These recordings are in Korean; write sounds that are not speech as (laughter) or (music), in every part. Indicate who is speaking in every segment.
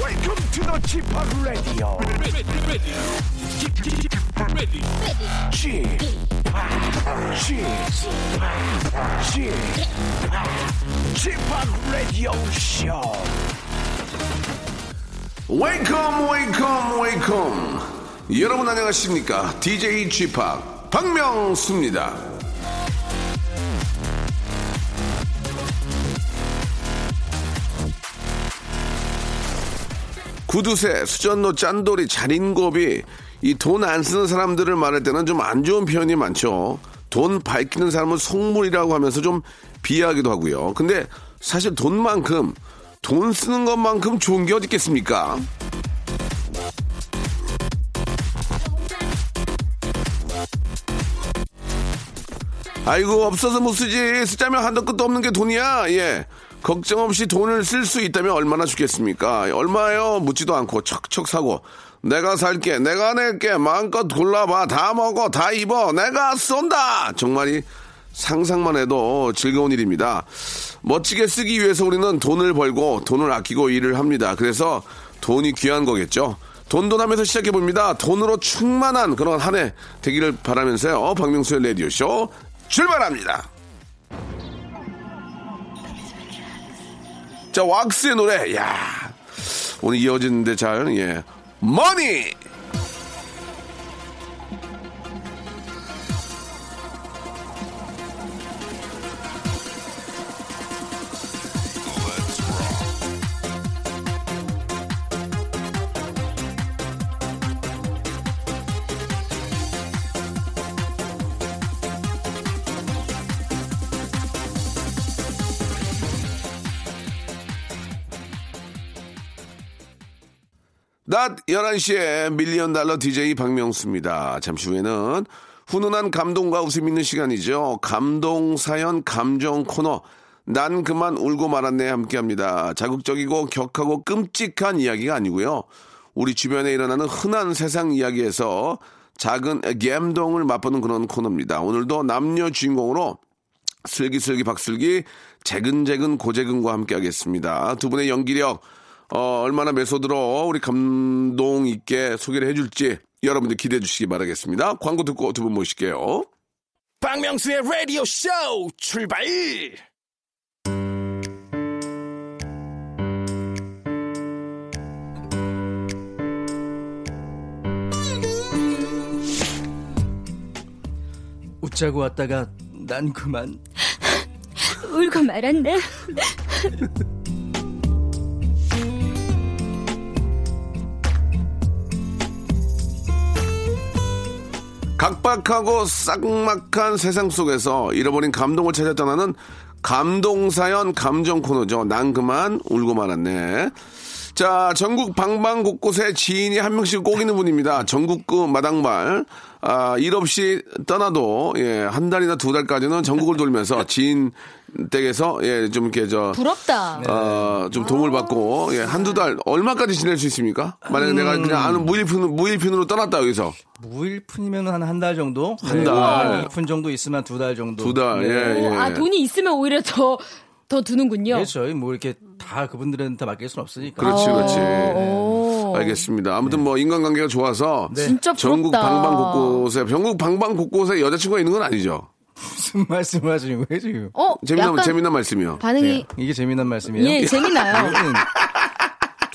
Speaker 1: Welcome to the g p o p Radio.
Speaker 2: ready, ready, ready, ready.
Speaker 1: g p o p g p o p g p o p Radio Show.
Speaker 3: 웨이컴 웨이컴 웨이컴 여러분 안녕하십니까 DJ g p o 박명수입니다 구두쇠 수전노 짠돌이 자린고비 이 돈 안 쓰는 사람들을 말할 때는 좀 안 좋은 표현이 많죠 돈 밝히는 사람은 속물이라고 하면서 좀 비하하기도 하고요 근데 사실 돈만큼 돈 쓰는 것만큼 좋은 게 어디 있겠습니까? 아이고 없어서 못 쓰지 쓰자면 한도 끝도 없는 게 돈이야 예 걱정 없이 돈을 쓸 수 있다면 얼마나 좋겠습니까 예, 얼마요 묻지도 않고 척척 사고 내가 살게 내가 낼게 마음껏 골라봐 다 먹어 다 입어 내가 쏜다 정말이 상상만 해도 즐거운 일입니다 멋지게 쓰기 위해서 우리는 돈을 벌고 돈을 아끼고 일을 합니다 그래서 돈이 귀한 거겠죠 돈돈 하면서 시작해 봅니다. 돈으로 충만한 그런 한 해 되기를 바라면서요. 박명수의 라디오 쇼 출발합니다. 자, 왁스의 노래. 야. 오늘 이어지는데 잘 예. 머니. 낮 11시에 밀리언 달러 DJ 박명수입니다. 잠시 후에는 훈훈한 감동과 웃음 있는 시간이죠. 감동 사연 감정 코너 난 그만 울고 말았네 함께 합니다. 자극적이고 격하고 끔찍한 이야기가 아니고요. 우리 주변에 일어나는 흔한 세상 이야기에서 작은 감동을 맛보는 그런 코너입니다. 오늘도 남녀 주인공으로 슬기슬기 박슬기 재근재근 고재근과 함께하겠습니다. 두 분의 연기력 어, 얼마나 메소드로 우리 감동 있게 소개를 해줄지 여러분들 기대해 주시기 바라겠습니다. 광고 듣고 두 분 모실게요.
Speaker 1: 박명수의 라디오 쇼 출발.
Speaker 4: 웃자고 왔다가 난 그만
Speaker 5: 울고 말았네.
Speaker 3: 각박하고 싹막한 세상 속에서 잃어버린 감동을 찾아 떠나는 감동사연 감정 코너죠. 난 그만 울고 말았네. 자, 전국 방방 곳곳에 지인이 한 명씩 꼭 있는 분입니다. 전국구 그 마당발. 아, 일 없이 떠나도, 예, 한 달이나 두 달까지는 전국을 돌면서 지인 댁에서, 예, 좀 이렇게 저,
Speaker 5: 부럽다.
Speaker 3: 어, 좀 도움을 받고, 예, 한두 달, 얼마까지 지낼 수 있습니까? 만약에
Speaker 5: 음.
Speaker 3: 내가 그냥 아는 무일푼, 무일푼으로 떠났다, 여기서.
Speaker 4: 무일푼이면 한 한 달 정도
Speaker 3: 한 달.
Speaker 4: 일푼 정도 있으면 두 달
Speaker 3: 네.
Speaker 4: 정도 네.
Speaker 3: 두 달, 예, 예.
Speaker 5: 아 돈이 있으면 오히려 더, 더
Speaker 6: 네.
Speaker 5: 두는군요.
Speaker 4: 그렇죠 뭐 이렇게 다 그분들한테 맡길 수는 없으니까
Speaker 3: 그렇지, 그렇지.
Speaker 6: 어.
Speaker 5: 오.
Speaker 3: 알겠습니다. 아무튼 뭐 인간관계가 좋아서
Speaker 5: 진짜 부럽다.
Speaker 3: 전국 방방 곳곳에 전국 방방 곳곳에 여자친구가 있는 건 아니죠.
Speaker 4: (laughs) 무슨 말씀을 하시는 거예요 지금 네.
Speaker 5: 어,
Speaker 3: 재미난
Speaker 5: 약간
Speaker 3: 재미난 말씀이요.
Speaker 5: 반응이
Speaker 4: 이게 재미난 말씀이에요
Speaker 3: 네.
Speaker 5: 예 재미나요.
Speaker 3: 아,
Speaker 4: 이거는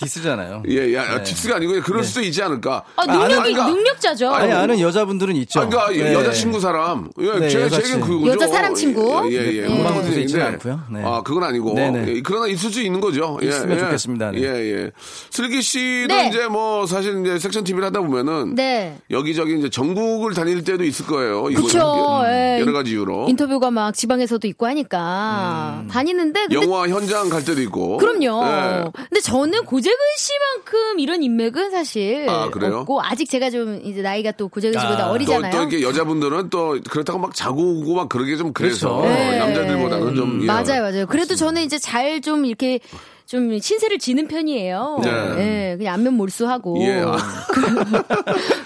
Speaker 4: 디스잖아요
Speaker 3: 예, 야,
Speaker 4: 네.
Speaker 3: 야, 팁스가 아니고 그럴 수도 있지 않을까.
Speaker 5: 아, 능력이
Speaker 3: 아니까.
Speaker 5: 능력자죠.
Speaker 4: 아니 아는 여자분들은 있죠
Speaker 3: 아, 그러니까
Speaker 4: 예.
Speaker 3: 여자친구 사람. 예,
Speaker 4: 네,
Speaker 3: 제,
Speaker 4: 여자친구.
Speaker 3: 제겐 그거죠.
Speaker 5: 여자 사람 친구.
Speaker 3: 예, 예. 예.
Speaker 5: 네.
Speaker 3: 그런
Speaker 4: 그런 있지는
Speaker 3: 분들인데.
Speaker 4: 않고요. 네.
Speaker 3: 아, 그건 아니고.
Speaker 4: 네네.
Speaker 3: 예, 그러나 있을 수 있는 거죠. 예,
Speaker 4: 있으면
Speaker 3: 예.
Speaker 4: 좋겠습니다. 네.
Speaker 3: 예, 예. 슬기 씨도
Speaker 5: 네.
Speaker 3: 이제 뭐 사실 이제 섹션 TV를 하다 보면은
Speaker 5: 네.
Speaker 3: 여기저기 이제 전국을 다닐 때도 있을 거예요. 이거
Speaker 5: 그쵸,
Speaker 3: 여러
Speaker 5: 예.
Speaker 3: 여러 가지 이유로.
Speaker 5: 인터뷰가 막 지방에서도 있고 하니까 다니는데 근데
Speaker 3: 음. 영화 현장 갈 때도 있고.
Speaker 5: 그럼요.
Speaker 3: 예.
Speaker 5: 근데 저는 고재근 씨만큼 이런 인맥은 사실
Speaker 3: 아, 그래요?
Speaker 5: 없고 아직 제가 좀 이제 나이가 또 고재근 씨보다
Speaker 4: 아,
Speaker 3: 또,
Speaker 5: 어리잖아요.
Speaker 3: 또 이렇게 여자분들은 또 그렇다고 막 자고 오고 막 그러게 좀 그래서
Speaker 4: 그렇죠.
Speaker 5: 네.
Speaker 3: 남자들보다는 좀 예.
Speaker 5: 맞아요, 맞아요. 그래도 저는 이제 잘 좀 이렇게 좀 신세를 지는 편이에요.
Speaker 3: 네.
Speaker 5: 예.
Speaker 6: 예, 그냥 안면 몰수하고.
Speaker 3: 예. 아.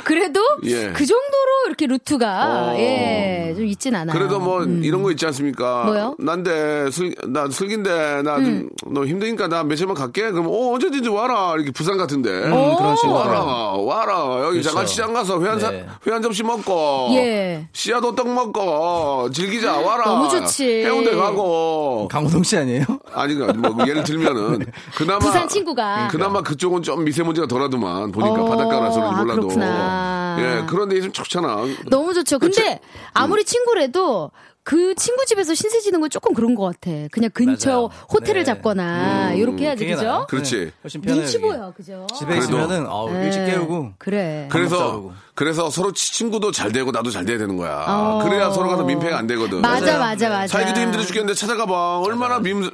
Speaker 6: 그래도
Speaker 3: 예.
Speaker 6: 그 정도로 이렇게 루트가
Speaker 3: 어.
Speaker 6: 예, 좀 있진 않아요.
Speaker 3: 그래도 뭐
Speaker 5: 음.
Speaker 3: 이런 거 있지 않습니까?
Speaker 6: 뭐요?
Speaker 3: 난데 슬나 슬긴데 나 좀
Speaker 5: 음.
Speaker 3: 너 힘드니까 나 며칠만 갈게. 그럼 어 언제든지 와라 이렇게 부산 같은데.
Speaker 6: 오.
Speaker 4: 음, 그런 식으로.
Speaker 3: 와라
Speaker 6: 어.
Speaker 3: 와라 여기 잠깐
Speaker 4: 그렇죠.
Speaker 3: 시장 가서 회한 사-
Speaker 4: 네.
Speaker 3: 회한 접시 먹고
Speaker 6: 예.
Speaker 3: 씨앗 호떡 먹고 즐기자 와라
Speaker 6: 너무 좋지.
Speaker 3: 해운대 가고
Speaker 4: 강호동 씨 아니에요?
Speaker 3: 아니 뭐 예를 들면은 그나마
Speaker 6: 부산 친구가.
Speaker 3: 그나마 그쪽은 좀 미세먼지가 덜하더만 보니까
Speaker 6: 어,
Speaker 3: 바닷가라서 그런지
Speaker 6: 아,
Speaker 3: 몰라도
Speaker 6: 그렇구나.
Speaker 3: 예 그런 데 있으면 좋잖아
Speaker 6: 너무 좋죠.
Speaker 3: 그치? 음.
Speaker 6: 근데 아무리 친구래도 그 친구 집에서 신세 지는 건 조금 그런 것 같아. 그냥 근처
Speaker 4: 맞아요.
Speaker 6: 호텔을
Speaker 4: 네.
Speaker 6: 잡거나
Speaker 3: 음.
Speaker 6: 이렇게 해야지
Speaker 4: 그게
Speaker 6: 그죠?
Speaker 4: 나아요.
Speaker 3: 그렇지.
Speaker 4: 네, 훨씬 편해요.
Speaker 6: 눈치
Speaker 4: 그게.
Speaker 6: 보여 그죠?
Speaker 4: 집에
Speaker 3: 그래도-
Speaker 4: 있으면은 어, 일찍
Speaker 6: 예.
Speaker 4: 깨우고
Speaker 6: 그래.
Speaker 3: 그래서
Speaker 4: 자르고.
Speaker 3: 그래서 서로 치- 친구도 잘 되고 나도 잘 돼야 되는 거야.
Speaker 6: 어.
Speaker 3: 그래야 서로가 다 민폐가 안 되거든. 네.
Speaker 6: 맞아 맞아 맞아.
Speaker 3: 살기도 힘들어 죽겠는데 찾아가봐. 얼마나 민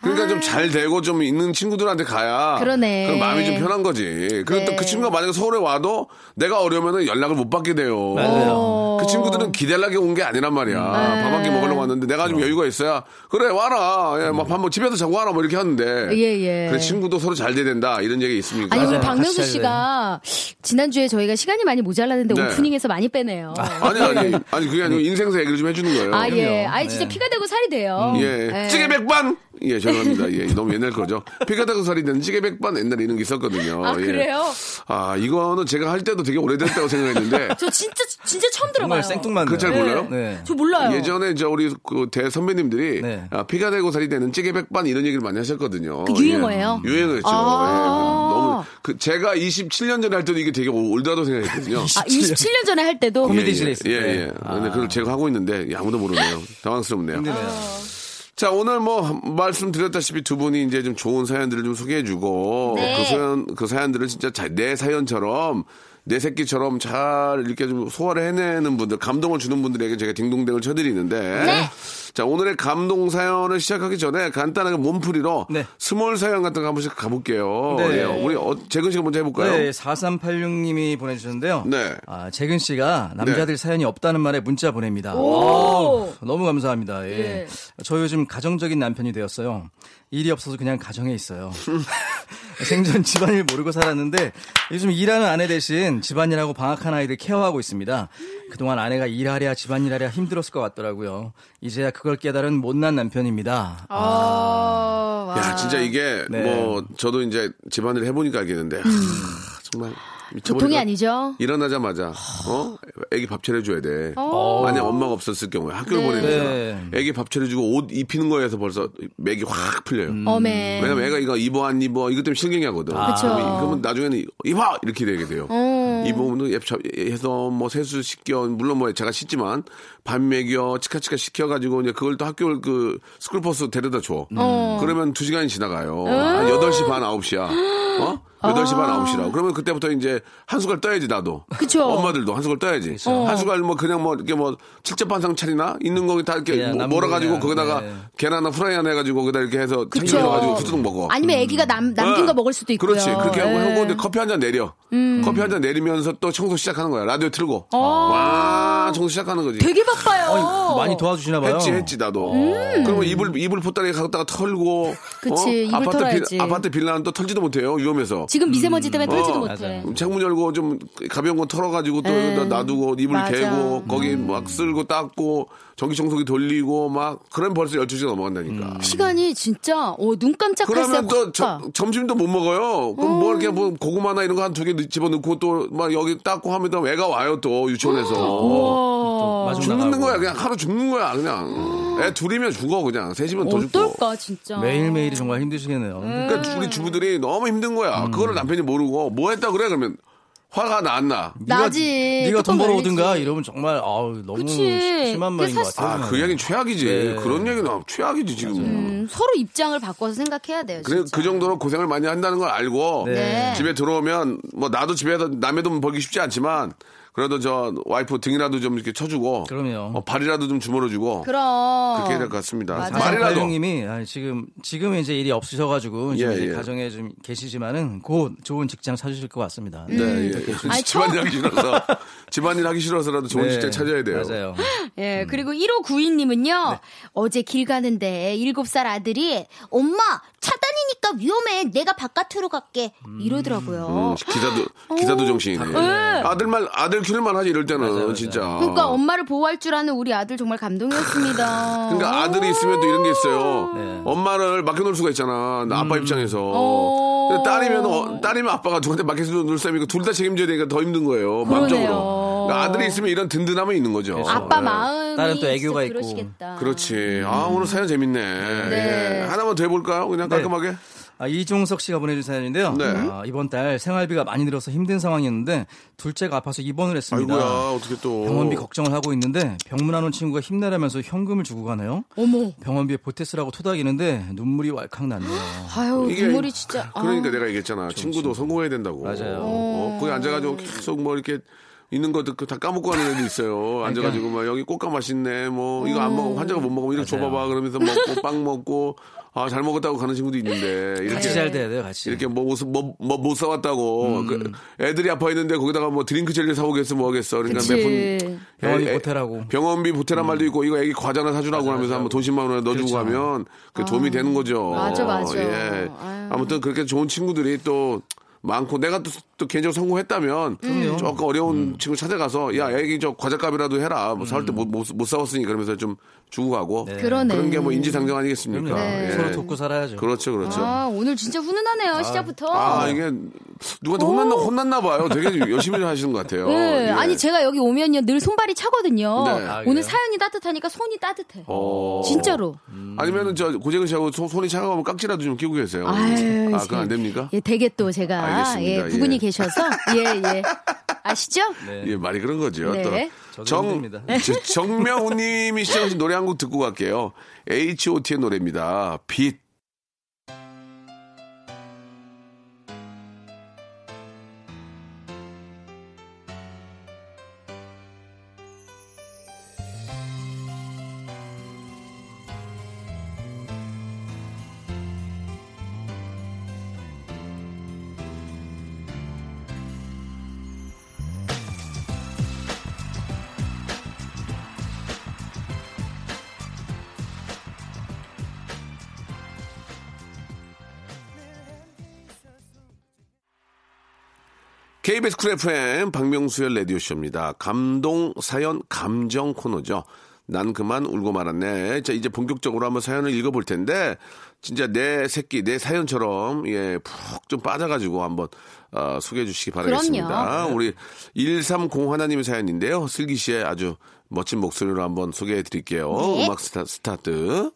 Speaker 3: 그러니까 좀 잘 되고 좀 있는 친구들한테 가야.
Speaker 6: 그러네.
Speaker 3: 그럼 마음이 좀 편한 거지. 그리고
Speaker 6: 네.
Speaker 3: 또그 친구가 만약에 서울에 와도 내가 어려우면 연락을 못 받게 돼요.
Speaker 4: 맞아요.
Speaker 3: 그 친구들은 기대하게 온 게 아니란 말이야.
Speaker 6: 네.
Speaker 3: 밥 한 끼 먹으려고 왔는데 내가 좀 여유가 있어야 그래 와라. 예, 막밥 먹- 집에서 자고 와라 뭐 이렇게 하는데.
Speaker 6: 예, 예.
Speaker 3: 그래 친구도 서로 잘 돼야 된다 이런 얘기 있습니까?
Speaker 6: 아니 뭐 우리
Speaker 4: 맞아요.
Speaker 6: 박명수
Speaker 4: 같이
Speaker 6: 씨가 지난주에 저희가 시간이 많이 모자랐는데
Speaker 3: 네.
Speaker 6: 오프닝에서 많이 빼네요.
Speaker 3: 아니 아니 아니 그게 아니고 인생사 얘기를 좀 해주는 거예요.
Speaker 6: 아, 예.
Speaker 4: 그럼요.
Speaker 6: 아예 진짜
Speaker 4: 네.
Speaker 6: 피가 되고 살이 돼요.
Speaker 3: 예.
Speaker 6: 예.
Speaker 3: 찌개 백반! 예, 죄송합니다. 예, 너무 옛날 거죠. 피가다고 살이 되는 찌개 백반 옛날에 이런 게 있었거든요.
Speaker 6: 아,
Speaker 3: 예.
Speaker 6: 그래요?
Speaker 3: 아, 이거는 제가 할 때도 되게 오래됐다고
Speaker 6: (laughs)
Speaker 3: 생각했는데.
Speaker 6: 저 진짜, 진짜 처음 들어봐요.
Speaker 4: 정말 생뚱맞네요.
Speaker 3: 그거 잘 몰라요?
Speaker 4: 네.
Speaker 6: 저 몰라요.
Speaker 3: 예전에 저 우리 그 대선배님들이
Speaker 4: 네.
Speaker 3: 아, 피가 되고 살이 되는 찌개 백반 이런 얘기를 많이 하셨거든요.
Speaker 6: 그 유행어예요?
Speaker 3: 예, 유행어였죠.
Speaker 6: 아.
Speaker 3: 예. 너무 그 제가 27년 전에 할 때도 이게 되게 올드하다고 생각했거든요.
Speaker 6: 아, 27년 전에 할 때도.
Speaker 4: 예. 코미디실에
Speaker 3: 예, 예,
Speaker 4: 있을
Speaker 3: 예,
Speaker 4: 때.
Speaker 3: 예. 근데 그걸 제가 하고 있는데 예, 아무도 모르네요. 당황스럽네요.
Speaker 4: 힘드네요.
Speaker 3: 자, 오늘 뭐 말씀드렸다시피 두 분이 이제 좀 좋은 사연들을 좀 소개해주고
Speaker 6: 네.
Speaker 3: 그 사연 그 사연들을 진짜 잘 내 사연처럼 내 새끼처럼 잘 이렇게 좀 소화를 해내는 분들 감동을 주는 분들에게 제가 딩동댕을 쳐드리는데 자 오늘의 감동 사연을 시작하기 전에 간단하게 몸풀이로
Speaker 4: 네.
Speaker 3: 스몰 사연 같은 거 한 번씩 가볼게요.
Speaker 4: 네.
Speaker 3: 예, 우리 어, 재근 씨가 먼저 해볼까요?
Speaker 4: 네, 4386님이 보내주셨는데요.
Speaker 3: 네.
Speaker 4: 아, 재근 씨가 남자들 사연이 없다는 말에 문자 보냅니다. 아,
Speaker 6: 오!
Speaker 4: 너무 감사합니다. 예.
Speaker 6: 예.
Speaker 4: 저 요즘 가정적인 남편이 되었어요. 일이 없어서 그냥 가정에 있어요. (laughs) 생전 집안일 모르고 살았는데 요즘 일하는 아내 대신 집안일하고 방학한 아이들 케어하고 있습니다. 그동안 아내가 일하랴 집안일하랴 힘들었을 것 같더라고요. 이제야 그걸 깨달은 못난 남편입니다. 아,
Speaker 6: 아, 와.
Speaker 3: 야 진짜 이게
Speaker 4: 네.
Speaker 3: 뭐 저도 이제 집안을 해보니까 알겠는데 하, 정말 미쳐버리겠다.
Speaker 6: 보통이 아니죠?
Speaker 3: 일어나자마자 어 애기 밥 차려줘야 돼.
Speaker 6: 어.
Speaker 3: 만약 엄마가 없었을 경우에 학교를 보내야 되잖아.
Speaker 4: 네.
Speaker 3: 애기 밥 차려주고 옷 입히는 거에서 벌써 맥이 확 풀려요.
Speaker 4: 음.
Speaker 6: 어메.
Speaker 3: 왜냐면 애가 이거 입어 안 입어 이것 때문에 신경이 하거든.
Speaker 6: 네. 아. 그쵸.
Speaker 3: 그러면 나중에는 입어 이렇게 되게 돼요.
Speaker 6: 어.
Speaker 3: 입으면 해서 뭐 세수 시켜 물론 뭐 제가 씻지만 밥 먹여 치카치카 시켜가지고 이제 그걸 또 학교 그 스쿨버스 데려다 줘.
Speaker 6: 음. 어.
Speaker 3: 그러면 두 시간이 지나가요. 한 여덟 시 반 아홉 시야. 어? 8시 반, 9시라고. 그러면 그때부터 이제 한숟갈 떠야지, 나도.
Speaker 6: 아. 그쵸.
Speaker 3: 엄마들도 한숟갈 떠야지. 한숟갈 뭐 그냥 뭐 이렇게 뭐 칠첩반상 차리나? 있는 거 다 이렇게
Speaker 4: 그냥
Speaker 3: 뭐-
Speaker 4: 남은
Speaker 3: 몰아가지고
Speaker 4: 그냥,
Speaker 3: 거기다가
Speaker 4: 네.
Speaker 3: 계란 하나 후라이 하나 해가지고 거기다 이렇게 해서
Speaker 6: 그쵸.
Speaker 3: 챙겨가지고 후두둑 먹어.
Speaker 6: 아니면 아기가
Speaker 4: 음.
Speaker 6: 남, 남긴
Speaker 3: 어.
Speaker 6: 거 먹을 수도 있고요. 음.
Speaker 3: 그렇지. 그렇게 하고
Speaker 6: 예.
Speaker 3: 하고 이제 커피 한 잔 내려. 커피 한 잔 내리면서 또 청소 시작하는 거야. 라디오 틀고. 와, 청소 시작하는 거지.
Speaker 6: 어. 되게 바빠요.
Speaker 4: 많이 도와주시나 봐요.
Speaker 3: 했지 했지 나도. 그러면 이불 이불 포따리 갖다가 털고.
Speaker 6: 음. 그치, 이불
Speaker 3: 아파트
Speaker 6: 털어야지.
Speaker 3: 빌, 아파트 빌라는 또 털지도 못해요 위험해서.
Speaker 6: 지금 미세먼지
Speaker 4: 음.
Speaker 6: 때문에 털지도
Speaker 3: 어.
Speaker 6: 못해.
Speaker 3: 창문 열고 좀 가벼운 거 털어가지고 또 여기다 놔두고 이불
Speaker 6: 네. 맞아. 음.
Speaker 3: 개고 거기 막 쓸고 닦고 전기청소기 돌리고 막 그럼 벌써 12시가 넘어간다니까.
Speaker 6: 시간이 진짜 어, 눈 어, 깜짝할 새
Speaker 3: 그러면 또
Speaker 6: 확
Speaker 3: 저-
Speaker 6: 가.
Speaker 3: 점심도 못 먹어요. 그럼 뭐
Speaker 6: 음.
Speaker 3: 이렇게 뭐 고구마나 이런 거 한 두 개 집어넣고 또 막 여기 닦고 하면 또 애가 와요 또
Speaker 6: 음.
Speaker 3: 유치원에서. 어.
Speaker 6: 와.
Speaker 4: 마중
Speaker 3: 죽는
Speaker 4: 나가고.
Speaker 3: 거야 그냥 하루 죽는 거야 그냥. 애 둘이면 죽어 그냥 셋이면 더 죽고.
Speaker 6: 어떨까 진짜.
Speaker 4: 매일매일이 정말 힘드시겠네요.
Speaker 3: 그러니까 우리 주부들이 너무 힘든 거야.
Speaker 4: 음.
Speaker 3: 그거를 남편이 모르고 뭐 했다 그래 그러면 화가 났나?
Speaker 4: 네가-
Speaker 6: 나지.
Speaker 4: 네가 돈
Speaker 6: 뚜껑
Speaker 4: 벌어오든가
Speaker 6: 열리지.
Speaker 4: 이러면 정말 아우 너무
Speaker 6: 그치.
Speaker 4: 심한
Speaker 6: 그게
Speaker 4: 말인 것
Speaker 6: 사실-
Speaker 4: 같아요.
Speaker 3: 아, 그 얘기는 최악이지.
Speaker 4: 네.
Speaker 3: 그런 얘기는 최악이지, 지금.
Speaker 6: 음, 서로 입장을 바꿔서 생각해야 돼요.
Speaker 3: 그래,
Speaker 6: 진짜.
Speaker 3: 그 정도로 고생을 많이 한다는 걸 알고,
Speaker 6: 네.
Speaker 3: 집에 들어오면, 뭐, 나도 집에서 남의 돈 벌기 쉽지 않지만, 그래도 저 와이프 등이라도 좀 이렇게 쳐주고,
Speaker 4: 그럼요.
Speaker 3: 어, 발이라도 좀 주물어주고, 그
Speaker 6: 그럼.
Speaker 3: 렇게 해야 될 것 같습니다.
Speaker 6: 맞아요.
Speaker 3: 말이라도.
Speaker 4: 님이 지금 지금 이제 일이 없으셔가지고 지금
Speaker 3: 예,
Speaker 4: 이제
Speaker 3: 예.
Speaker 4: 가정에 좀 계시지만은 곧 좋은 직장 찾으실 것 같습니다.
Speaker 3: 네, 예.
Speaker 6: 음. 아니,
Speaker 3: 집안일 하기
Speaker 6: (laughs)
Speaker 3: 싫어서, 집안일 하기 싫어서라도 좋은
Speaker 4: 네,
Speaker 3: 직장 찾아야 돼요.
Speaker 4: 맞아요.
Speaker 3: 음.
Speaker 6: 예, 그리고
Speaker 3: 네.
Speaker 6: 1592님은요, 어제 길 가는데 7살 아들이, 엄마, 차단이 시내니까 위험해. 내가 바깥으로 갈게.
Speaker 3: 음,
Speaker 6: 이러더라고요.
Speaker 3: 기사도
Speaker 6: 어?
Speaker 3: 기사도 정신이네. 아들만 아들 키울만 하지 이럴 때는 진짜.
Speaker 5: 그러니까 엄마를 보호할 줄 아는 우리 아들 정말 감동이었습니다.
Speaker 3: (laughs) 그러니까 아들이 있으면 또 이런 게 있어요.
Speaker 4: 네. 음.
Speaker 3: 엄마를 맡겨놓을 수가 있잖아. 나 아빠 입장에서.
Speaker 5: 어.
Speaker 3: 근데 딸이면 어, 딸이면 아빠가 누구한테 맡겨놓을 사람이고 둘 다 책임져야 되니까 더 힘든 거예요. 마음적으로. 그러니까 아들이 있으면 이런 든든함이 있는 거죠.
Speaker 4: 그렇죠.
Speaker 5: 아빠
Speaker 3: 네.
Speaker 5: 마음이
Speaker 4: 딸은 또 애교가
Speaker 5: 진짜
Speaker 4: 있고.
Speaker 5: 그러시겠다.
Speaker 3: 그렇지. 아 오늘 사연 재밌네.
Speaker 5: 네.
Speaker 3: 예. 하나만 더 해볼까요? 그냥 깔끔하게.
Speaker 4: 아, 이종석 씨가 보내준 사연인데요.
Speaker 3: 네.
Speaker 4: 아, 이번 달 생활비가 많이 들어서 힘든 상황이었는데 둘째가 아파서 입원을 했습니다.
Speaker 3: 아이고야 어떻게 또.
Speaker 4: 병원비 걱정을 하고 있는데 병문 안온 친구가 힘내라면서 현금을 주고 가네요.
Speaker 5: 어머.
Speaker 4: 병원비에 보태스라고 토닥이는데 눈물이 왈칵 났네요.
Speaker 5: 아유
Speaker 3: 이게-
Speaker 5: 눈물이 진짜. 아.
Speaker 3: 그러니까 내가 얘기했잖아. 친구도 성공해야 된다고.
Speaker 4: 맞아요.
Speaker 3: 어, 거기 앉아가지고 계속 뭐 이렇게 있는 거 다 까먹고 하는 애들
Speaker 4: 그러니까.
Speaker 3: 있어요. 앉아가지고 막 여기 꽃가 맛있네. 뭐 이거 안 먹으면 환자가 못 먹으면 이거 줘봐봐. 그러면서 먹고 빵 먹고 아 잘 먹었다고 가는 친구도 있는데
Speaker 4: 같이
Speaker 3: 이렇게
Speaker 4: 잘 돼야 돼요, 같이.
Speaker 3: 이렇게 뭐못뭐못 사왔다고 그 애들이 아파 있는데 거기다가 뭐 드링크 젤리 사오겠어 뭐 하겠어. 그러니까
Speaker 5: 그치.
Speaker 3: 몇분
Speaker 4: 병원비 보태라고.
Speaker 3: 병원비 보태란 말도 있고 이거 애기 과자나 사주라고 하면서 한번 돈 10만 원에 넣어주고 가면 그 도움이 되는 거죠.
Speaker 5: 맞아, 맞아.
Speaker 3: 예.
Speaker 5: 아유.
Speaker 3: 아무튼 그렇게 좋은 친구들이 또 많고 내가 또, 또 개인적으로 성공했다면 조금 어려운 친구 찾아가서 야 애기 저 과자값이라도 해라 뭐 사올 때 못 못 사왔으니 그러면서 좀 주고 가고
Speaker 5: 그러네.
Speaker 3: 그런 게 뭐 인지상정 아니겠습니까? 예.
Speaker 5: 네.
Speaker 4: 서로 돕고 살아야죠.
Speaker 3: 그러니까, 그렇죠 그렇죠. 아.
Speaker 5: 아 오늘 진짜 아, 훈훈하네요 시작부터.
Speaker 3: 이게 누구한테 혼났나 혼났나 봐요.
Speaker 5: (laughs)
Speaker 3: 되게 열심히 하시는 것 같아요.
Speaker 5: 네,
Speaker 3: 예.
Speaker 5: 아니 제가 여기 오면요 늘 손발이 차거든요.
Speaker 3: 네.
Speaker 4: 아, 그래요?
Speaker 5: 오늘 사연이 따뜻하니까 손이 따뜻해.
Speaker 3: 어.
Speaker 5: 진짜로.
Speaker 3: 아니면은 저 고재근 씨하고 손, 손이 차가우면 깍지라도 좀 끼고 계세요.
Speaker 5: 아유,
Speaker 3: 아, 그건 안 됩니까?
Speaker 5: 예, 되게 또 제가
Speaker 3: 알겠습니다.
Speaker 5: 예, 부근이
Speaker 3: 예.
Speaker 5: 계셔서 예,
Speaker 3: (laughs)
Speaker 5: 예. 아시죠?
Speaker 4: 네.
Speaker 3: 예, 말이 그런 거죠.
Speaker 5: 네.
Speaker 3: 또
Speaker 4: 저도
Speaker 3: 정,
Speaker 4: 힘듭니다.
Speaker 3: (laughs) 저- 정명호님이 시청하신 노래 한 곡 듣고 갈게요. H.O.T의 노래입니다. 빛. KBS 쿨 FM 박명수의 라디오쇼입니다. 감동, 사연, 감정 코너죠. 난 그만 울고 말았네. 자, 이제 본격적으로 한번 사연을 읽어볼 텐데, 진짜 내 새끼, 내 사연처럼, 예, 푹 좀 빠져가지고 한번, 어, 소개해 주시기 바라겠습니다. 우리 130 하나님의 사연인데요. 슬기 씨의 아주 멋진 목소리로 한번 소개해 드릴게요. 음악 스타, 스타트.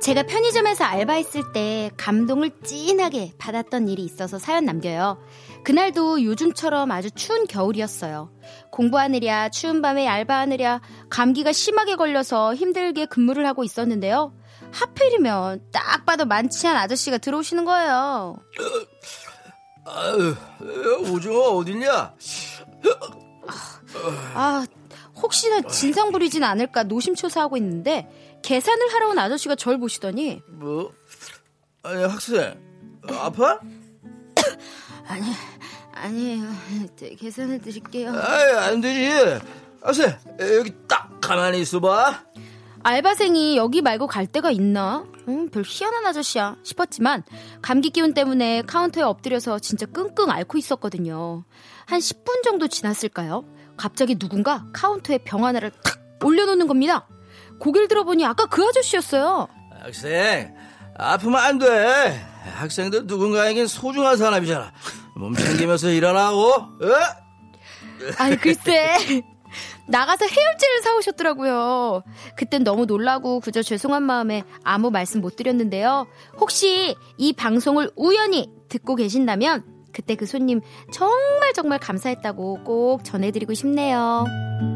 Speaker 6: 제가 편의점에서 알바했을 때 감동을 찐하게 받았던 일이 있어서 사연 남겨요. 그날도 요즘처럼 아주 추운 겨울이었어요. 공부하느랴, 추운 밤에 알바하느랴, 감기가 심하게 걸려서 힘들게 근무를 하고 있었는데요. 하필이면 딱 봐도 만취한 아저씨가 들어오시는 거예요.
Speaker 4: 오징어 어딨냐?
Speaker 6: 아, 혹시나 진상 부리진 않을까 노심초사하고 있는데 계산을 하러 온 아저씨가 절 보시더니
Speaker 4: 뭐? 아니 학생 아파?
Speaker 6: 아니에요. 네, 계산해 드릴게요.
Speaker 4: 아이 안 되지. 학생 여기 딱 가만히 있어봐.
Speaker 6: 알바생이 여기 말고 갈 데가 있나? 음, 별 희한한 아저씨야 싶었지만 감기 기운 때문에 카운터에 엎드려서 진짜 끙끙 앓고 있었거든요. 한 10분 정도 지났을까요? 갑자기 누군가 카운터에 병 하나를 탁 올려놓는 겁니다. 고개를 들어보니 아까 그 아저씨였어요.
Speaker 4: 학생 아프면 안 돼. 학생들 누군가에겐 소중한 산업이잖아. 몸 챙기면서 일하라고. 어?
Speaker 6: 아니 글쎄 나가서 해열제를 사오셨더라고요. 그땐 너무 놀라고 그저 죄송한 마음에 아무 말씀 못 드렸는데요. 혹시 이 방송을 우연히 듣고 계신다면 그때 그 손님 정말 정말 감사했다고 꼭 전해드리고 싶네요.
Speaker 5: 와.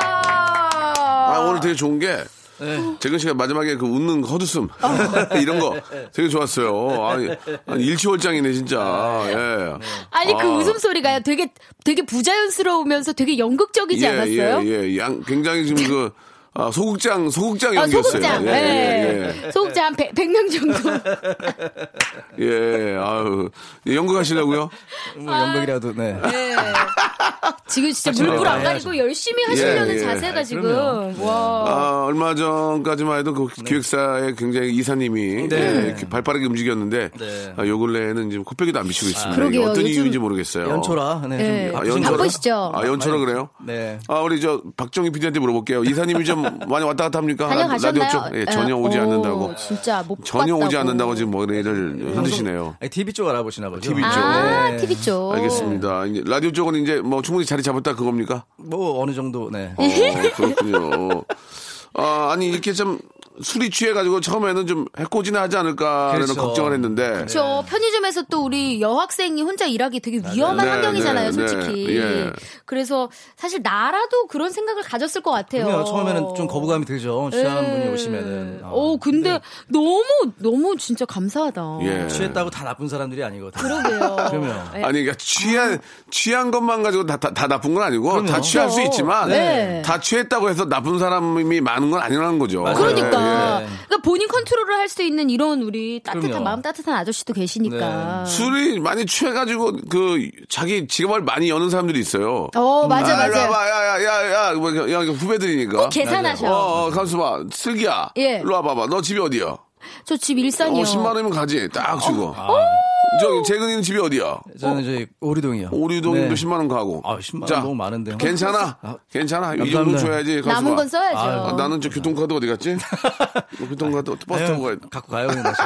Speaker 3: 아, 오늘 되게 좋은 게.
Speaker 4: 네.
Speaker 3: 재근 씨가 마지막에 그 웃는 헛웃음
Speaker 4: 아.
Speaker 3: (laughs) 이런 거 되게 좋았어요. 아니, 예. 아니 일치월장이네
Speaker 4: 아,
Speaker 3: 진짜. 예.
Speaker 5: 아니 그
Speaker 3: 아.
Speaker 5: 웃음소리가요. 되게 되게 부자연스러우면서 되게 연극적이지
Speaker 3: 예,
Speaker 5: 않았어요?
Speaker 3: 예, 예. 양 굉장히 지금 그 아, 소극장, 소극장
Speaker 6: 아,
Speaker 3: 연기였어요.
Speaker 6: 소극장.
Speaker 3: 예, 예,
Speaker 6: 예. 소극장 한 100,
Speaker 3: (laughs)
Speaker 6: 명 정도.
Speaker 3: 예. 예, 아유. 예, 연극 하시려고요?
Speaker 4: 뭐 연극이라도 네.
Speaker 6: 예. 지금 진짜 물불 안 가리고 열심히
Speaker 3: 예,
Speaker 6: 하시려는
Speaker 3: 예.
Speaker 6: 자세가
Speaker 4: 아이,
Speaker 6: 지금.
Speaker 4: 그럼요.
Speaker 6: 와.
Speaker 3: 아, 얼마 전까지만 해도 그 기획사의 굉장히 이사님이
Speaker 4: 네.
Speaker 3: 예, 이렇게 발빠르게 움직였는데
Speaker 4: 네. 아,
Speaker 3: 아, 요 근래에는 지금 코빼기도 안 비치고 있습니다. 이게
Speaker 6: 그러게요.
Speaker 3: 어떤
Speaker 6: 요즘
Speaker 3: 이유인지 모르겠어요.
Speaker 4: 연초라. 네. 좀
Speaker 6: 예.
Speaker 3: 아, 연초라?
Speaker 4: 바쁘신 것 같아요.
Speaker 6: 바쁘시죠?
Speaker 3: 아, 연초라 그래요?
Speaker 4: 네.
Speaker 3: 아, 우리 저 박정희 PD한테 물어볼게요. 이사님이 좀 많이 왔다 갔다 합니까? 라-
Speaker 6: (laughs) 다녀가셨나요?
Speaker 3: 아, 라디오 쪽? 예, 전혀 오지
Speaker 6: 오,
Speaker 3: 않는다고.
Speaker 6: 진짜 못
Speaker 3: 전혀 오지
Speaker 6: 봤다고.
Speaker 3: 않는다고 지금 머리를 흔드시네요.
Speaker 4: 아니, TV 쪽 알아보시나 보죠.
Speaker 3: TV 쪽.
Speaker 6: 아,
Speaker 4: 네.
Speaker 6: TV 쪽.
Speaker 3: 알겠습니다. 이제 라디오 쪽은 이제 뭐 충분히 자리 잡았다 그겁니까?
Speaker 4: 뭐 어느 정도. 네.
Speaker 3: 어,
Speaker 6: (laughs)
Speaker 3: 그렇군요. 아, 아니 이렇게 좀 술이 취해가지고 처음에는 좀 해코지나 하지 않을까라는
Speaker 4: 그렇죠.
Speaker 3: 걱정을 했는데.
Speaker 6: 그렇죠. 편의점에서 또 우리 여학생이 혼자 일하기 되게 위험한
Speaker 3: 네,
Speaker 6: 환경이잖아요,
Speaker 3: 네,
Speaker 6: 솔직히.
Speaker 3: 네, 예.
Speaker 6: 그래서 사실 나라도 그런 생각을 가졌을 것 같아요. 네.
Speaker 4: 그러면 처음에는 좀 거부감이 들죠. 취한 분이 네. 오시면은. 아,
Speaker 6: 오, 근데 너무 너무 진짜 감사하다.
Speaker 3: 예.
Speaker 4: 취했다고 다 나쁜 사람들이 아니거든요.
Speaker 6: 그러게요.
Speaker 4: 그럼요.
Speaker 6: 예.
Speaker 3: 아니 그러니까 취한 취한 것만 가지고 다, 다, 다 나쁜 건 아니고 다 취할 수 있지만
Speaker 6: 네.
Speaker 3: 다 취했다고 해서 나쁜 사람이 많은 건 아니라는 거죠. 네.
Speaker 4: 맞아요.
Speaker 6: 그러니까.
Speaker 4: 예, 예.
Speaker 6: 그러니까 본인 컨트롤을 할 수 있는 이런 우리 따뜻한
Speaker 4: 그럼요.
Speaker 6: 마음 따뜻한 아저씨도 계시니까.
Speaker 3: 네. 술이 많이 취해가지고 그 자기 지갑을 많이 여는 사람들이 있어요.
Speaker 6: 어,
Speaker 3: 음.
Speaker 6: 맞아 맞아.
Speaker 3: 야야야야야 뭐, 이렇게 야, 이렇게 후배들이니까.
Speaker 6: 꼭 계산하셔.
Speaker 3: 어, 어 간수봐 슬기야.
Speaker 6: 예.
Speaker 3: 일로 와봐봐. 너 집이 어디야? 어,
Speaker 6: 저 집 일산이요. 어?
Speaker 3: 10만 원이면 가지. 딱 주고.
Speaker 4: 아.
Speaker 3: 어? 저기 재근이는 집이 어디야?
Speaker 4: 저는 저희 오리동이요.
Speaker 3: 오류동도
Speaker 4: 네.
Speaker 3: 10만 원 가고.
Speaker 4: 아, 10만 원
Speaker 3: 자,
Speaker 4: 너무 많은데요.
Speaker 3: 괜찮아. 괜찮아. 이 정도
Speaker 4: 감사합니다.
Speaker 3: 줘야지. 간수봐.
Speaker 6: 남은 건 써야죠.
Speaker 3: 아, 나는 저 교통카드 어디 갔지? 뭐 교통카드 버스 타고 가야 돼.
Speaker 4: 네. 갖고 가요 그냥 다시.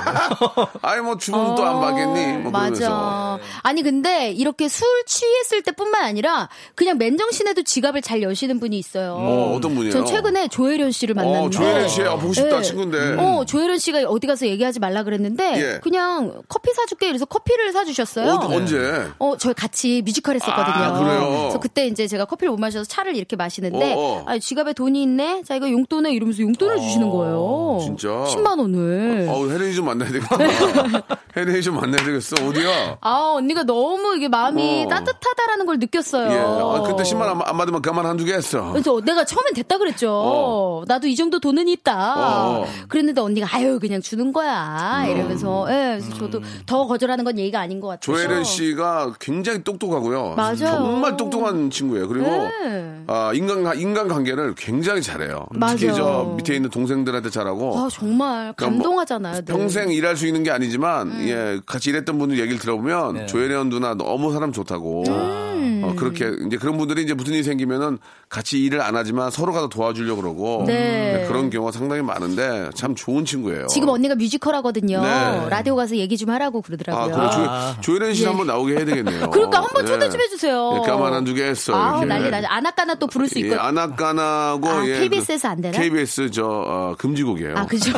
Speaker 3: 아이 뭐 주문 또 안 받겠니? 뭐 그러면서.
Speaker 6: 어, 맞아. 아니 근데 이렇게 술 취했을 때뿐만 아니라 그냥 맨정신에도 지갑을 잘 여시는 분이 있어요.
Speaker 3: 어, 어떤 분이에요?
Speaker 6: 전 최근에 조혜련 씨를 만났는데.
Speaker 3: 어, 조혜련 씨, 아, 보고 싶다, 친구인데.
Speaker 6: 어, 조혜련 씨가 어디 가서 얘기하지 말라 그랬는데
Speaker 3: 예.
Speaker 6: 그냥 커피 사줄게 그래서 커피를 사주셨어요.
Speaker 3: 어, 언제?
Speaker 6: 어, 저희 같이 뮤지컬 했었거든요.
Speaker 3: 아, 그래요?
Speaker 6: 래서 그때 이제 제가 커피를 못 마셔서 차를 이렇게 마시는데,
Speaker 3: 어, 어.
Speaker 6: 아, 지갑에 돈이 있네? 자, 이거 용돈에 이러면서 용돈을 주시는 거예요.
Speaker 3: 진짜?
Speaker 6: 10만원을.
Speaker 3: 어우, 혜린이 좀 만나야
Speaker 6: 네.
Speaker 3: 되겠다. (laughs) 혜린이 좀 만나야 되겠어. 어디야?
Speaker 6: 아, 언니가 너무 이게 마음이
Speaker 3: 어.
Speaker 6: 따뜻하다라는 걸 느꼈어요.
Speaker 3: 예. 아, 그때 10만 원 안 받으면 가만 한두 개 했어.
Speaker 6: 그래서 내가 처음엔 됐다 그랬죠.
Speaker 3: 어.
Speaker 6: 나도 이 정도 돈은 있다.
Speaker 3: 어.
Speaker 6: 그랬는데 언니가 아유 그냥 주는 거야 이러면서 예, 그래서 저도 더 거절하는 건 예의가 아닌 것
Speaker 3: 음.
Speaker 6: 같아요.
Speaker 3: 조혜련 씨가 굉장히 똑똑하고요.
Speaker 6: 맞아요.
Speaker 3: 정말 똑똑한 친구예요. 그리고
Speaker 6: 네.
Speaker 3: 아, 인간 인간 관계를 굉장히 잘해요. 특히
Speaker 6: 맞아요.
Speaker 3: 저 밑에 있는 동생들한테 잘하고.
Speaker 6: 아 정말 감동하잖아요. 네. 음. 늘.
Speaker 3: 그러니까 뭐 평생 일할 수 있는 게 아니지만 예 같이 일했던 분들 얘기를 들어보면 조혜련 누나 너무 사람 좋다고
Speaker 6: 음.
Speaker 3: 어, 그렇게 이제 그런 분들이 이제 무슨 일이 생기면은 같이 일을 안 하지만 서로가 더 도와주려고 그러고
Speaker 6: 네.
Speaker 3: 예, 그런 경우가 상당히 많은데 참 좋은 친구예요.
Speaker 6: 지금 언니가 뮤지컬 하거든요.
Speaker 3: 네.
Speaker 6: 라디오 가서 얘기 좀 하라고
Speaker 3: 아,
Speaker 6: 그러더라고요. 예.
Speaker 3: 그럼 조, 조혜련 씨 한번 나오게 해야 되겠네요.
Speaker 6: (laughs) 그러니까 한번
Speaker 3: 예.
Speaker 6: 초대 좀 해주세요.
Speaker 3: 예, 까만 한 주게 했어.
Speaker 6: 아
Speaker 3: 이렇게.
Speaker 6: 난리 나죠. 아나까나 또 부를 수
Speaker 3: 예,
Speaker 6: 있고.
Speaker 3: 아나까나고
Speaker 6: 아,
Speaker 3: 예,
Speaker 6: KBS에서 안 되나?
Speaker 3: KBS 저 어, 금지곡이에요. (laughs)
Speaker 6: 아 그죠.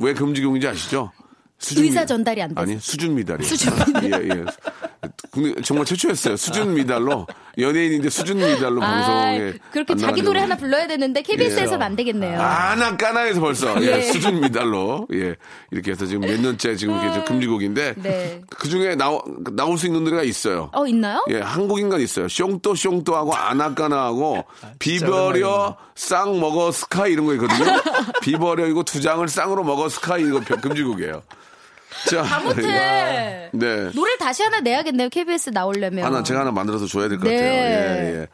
Speaker 3: 왜 금지곡인지 아시죠? 수준
Speaker 6: 의사
Speaker 3: 미-
Speaker 6: 전달이 안 돼서.
Speaker 3: 아니 수준 미달이
Speaker 6: 수준
Speaker 3: 미달 예, 예. 국내- 정말 최초였어요 수준 미달로 연예인인데 수준 미달로
Speaker 6: 아,
Speaker 3: 방송에
Speaker 6: 그렇게
Speaker 3: 안
Speaker 6: 자기 노래 하나
Speaker 3: 나가려고.
Speaker 6: 불러야 되는데 KBS에서는 안 되겠네요. 네.
Speaker 3: 아나 까나에서 벌써 예, 수준 미달로 예 이렇게 해서 지금 몇 년째 지금 이렇게 저 금지곡인데
Speaker 6: 아, 네.
Speaker 3: 그 중에 나오, 나올 수 있는 노래가 있어요.
Speaker 6: 어 있나요?
Speaker 3: 예, 한국인간 있어요. 숑또 숑또하고 아나까나하고 비버려 쌍 먹어 스카이 이런 거 있거든요. 비버려 이거 두 장을 쌍으로 먹어 스카이 이거 병- 금지곡이에요. 자,
Speaker 6: 못해.
Speaker 3: 네.
Speaker 6: 노래 다시 하나 내야겠네요. KBS 나오려면.
Speaker 3: 하나 아, 제가 하나 만들어서 줘야 될 것
Speaker 6: 네.
Speaker 3: 같아요. 예, 예.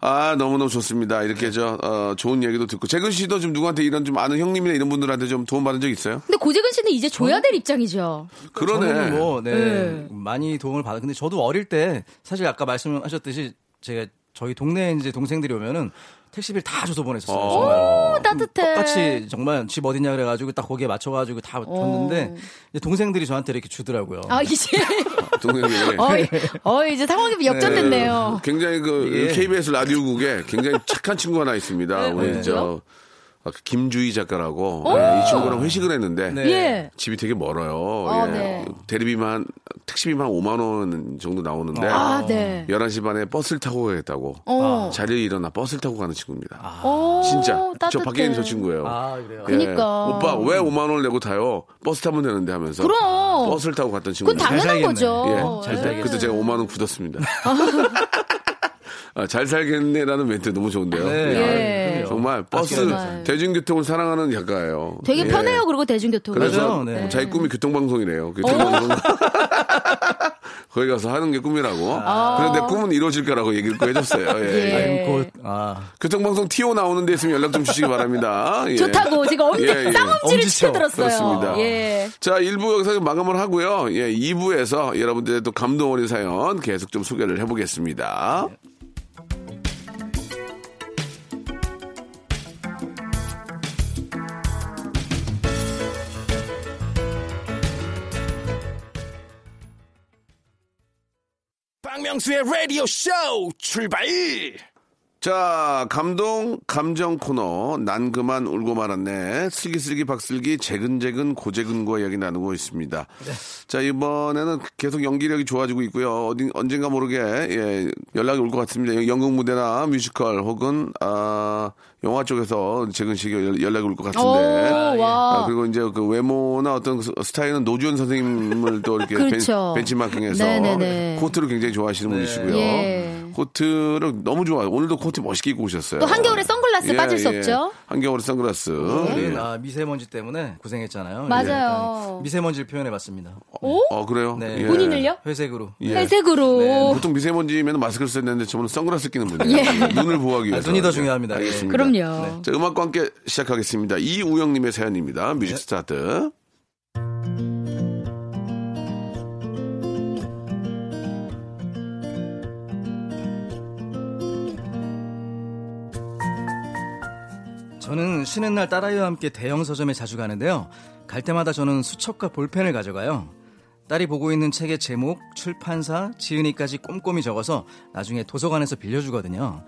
Speaker 3: 아 너무너무 좋습니다. 이렇게 저 어, 좋은 얘기도 듣고 재근 씨도 좀 누구한테 이런 좀 아는 형님이나 이런 분들한테 좀 도움 받은 적 있어요?
Speaker 6: 근데 고재근 씨는 이제
Speaker 3: 어?
Speaker 6: 줘야 될 입장이죠.
Speaker 3: 그러네.
Speaker 4: 저는 뭐, 네, 많이 도움을 받아. 근데 저도 어릴 때 사실 아까 말씀하셨듯이 제가 저희 동네에 이제 동생들이 오면은 택시비를 다 줘서 보냈었어요. 정말.
Speaker 6: 오, 따뜻해. 어.
Speaker 4: 똑같이 정말 집 어디냐 그래가지고 딱 거기에 맞춰가지고 다 줬는데 이제 동생들이 저한테 이렇게 주더라고요.
Speaker 6: 아, 이제.
Speaker 3: (laughs) 동생이
Speaker 6: (laughs) 어, 이- 어,
Speaker 3: 네.
Speaker 6: 이제 상황이 역전됐네요.
Speaker 3: 굉장히 그
Speaker 4: 예.
Speaker 3: KBS 라디오국에 굉장히 착한 친구 하나
Speaker 6: 네,
Speaker 3: 있습니다. 우리 저 아, 김주희 작가라고 예, 이 친구랑 회식을 했는데
Speaker 4: 네.
Speaker 6: 어! 예.
Speaker 3: 집이 되게 멀어요. 예.
Speaker 6: 네.
Speaker 3: 대리비만 택시비만 5만 원 정도 나오는데
Speaker 6: 아, 네.
Speaker 3: 11시 반에 버스를 타고 가겠다고
Speaker 6: 어.
Speaker 3: 자리에 일어나 버스를 타고 가는 친구입니다.
Speaker 6: 어,
Speaker 3: 아, 진짜 저
Speaker 6: 따뜻해.
Speaker 3: 밖에 있는 저 친구예요.
Speaker 4: 아, 그래요?
Speaker 3: 예.
Speaker 6: 그니까.
Speaker 3: 오빠 왜 5만 원을 내고 타요? 버스 타면 되는데 하면서
Speaker 6: 그럼. 뭐.
Speaker 3: 버스를 타고 갔던 예. 친구.
Speaker 6: 그건 당연한 예.
Speaker 4: 살겠네.
Speaker 6: 거죠. (laughs)
Speaker 3: 예. 그때 제가 5만 원 굳었습니다. 아, 잘 살겠네라는 멘트 너무 좋은데요.
Speaker 6: 네.
Speaker 5: 예.
Speaker 3: 아, 정말 버스
Speaker 5: 정말.
Speaker 3: 대중교통을 사랑하는 작가예요.
Speaker 6: 되게
Speaker 3: 예.
Speaker 6: 편해요 그리고 대중교통이
Speaker 3: 그래서
Speaker 4: 맞아요, 네.
Speaker 3: 자기 꿈이 교통방송이래요.
Speaker 6: 어?
Speaker 3: 교통방송. 거기 가서 하는 게 꿈이라고. 그런데 내 꿈은 이루어질 거라고 얘기를 꼭 해줬어요. 예.
Speaker 6: 아. 예.
Speaker 4: I'm good. 아,
Speaker 3: 교통방송 티오 나오는 데 있으면 연락 좀 주시기 바랍니다. 예.
Speaker 6: 좋다고 지금 엄지
Speaker 3: 예, 예.
Speaker 6: 쌍엄지를
Speaker 4: 엄지척.
Speaker 6: 치켜들었어요
Speaker 3: 그렇습니다.
Speaker 6: 예.
Speaker 3: 자, 1부 여기서 마감을 하고요. 예, 2부에서 여러분들의 또 감동 어린 사연 계속 좀 소개를 해보겠습니다.
Speaker 1: 박명수의 라디오 쇼 출발!
Speaker 3: 자, 감동, 감정 코너, 난 그만 울고 말았네. 슬기슬기 박슬기, 재근재근 고재근과 이야기 나누고 있습니다. 자, 이번에는 계속 연기력이 좋아지고 있고요. 어딘, 언젠가 모르게, 예, 연락이 올 것 같습니다. 연극 무대나 뮤지컬 혹은, 아, 영화 쪽에서 재근 씨에게 연- 연락이 올 것
Speaker 6: 어,
Speaker 3: 같은데.
Speaker 6: 오,
Speaker 3: 네. 아,
Speaker 6: 와.
Speaker 3: 그리고 이제 그 외모나 어떤 그 스- 스타일은 노지원 선생님을 또
Speaker 6: (laughs)
Speaker 3: 이렇게
Speaker 6: 그렇죠.
Speaker 3: 벤, 치마킹해서
Speaker 6: 네네네.
Speaker 3: 코트를 굉장히 좋아하시는 분이시고요.
Speaker 6: 예.
Speaker 3: 코트를 너무 좋아요. 오늘도 코트 멋있게 입고 오셨어요. 예,
Speaker 6: 또 한겨울에 선글라스 빠질 수 없죠?
Speaker 3: 한겨울에 선글라스.
Speaker 4: 우리는,
Speaker 3: 예.
Speaker 4: 아, 미세먼지 때문에 고생했잖아요.
Speaker 6: 맞아요.
Speaker 4: 일단 미세먼지를 표현해봤습니다.
Speaker 3: 어, 그래요?
Speaker 4: 네.
Speaker 3: 예.
Speaker 6: 본인을요?
Speaker 4: 회색으로.
Speaker 3: 예.
Speaker 6: 회색으로
Speaker 3: 보통 미세먼지면 마스크를 썼는데 저는 선글라스 끼는 분이에요. 예. 눈을 보호하기 위해서.
Speaker 4: 아, 눈이 더 중요합니다.
Speaker 3: 예, 알겠습니다.
Speaker 6: 예. 그럼요
Speaker 3: 자, 음악과 함께 시작하겠습니다. 이우영님의 사연입니다. 뮤직 스타트.
Speaker 4: 저는 쉬는 날 딸아이와 함께 대형 서점에 자주 가는데요. 갈 때마다 저는 수첩과 볼펜을 가져가요. 딸이 보고 있는 책의 제목, 출판사, 지은이까지 꼼꼼히 적어서 나중에 도서관에서 빌려주거든요.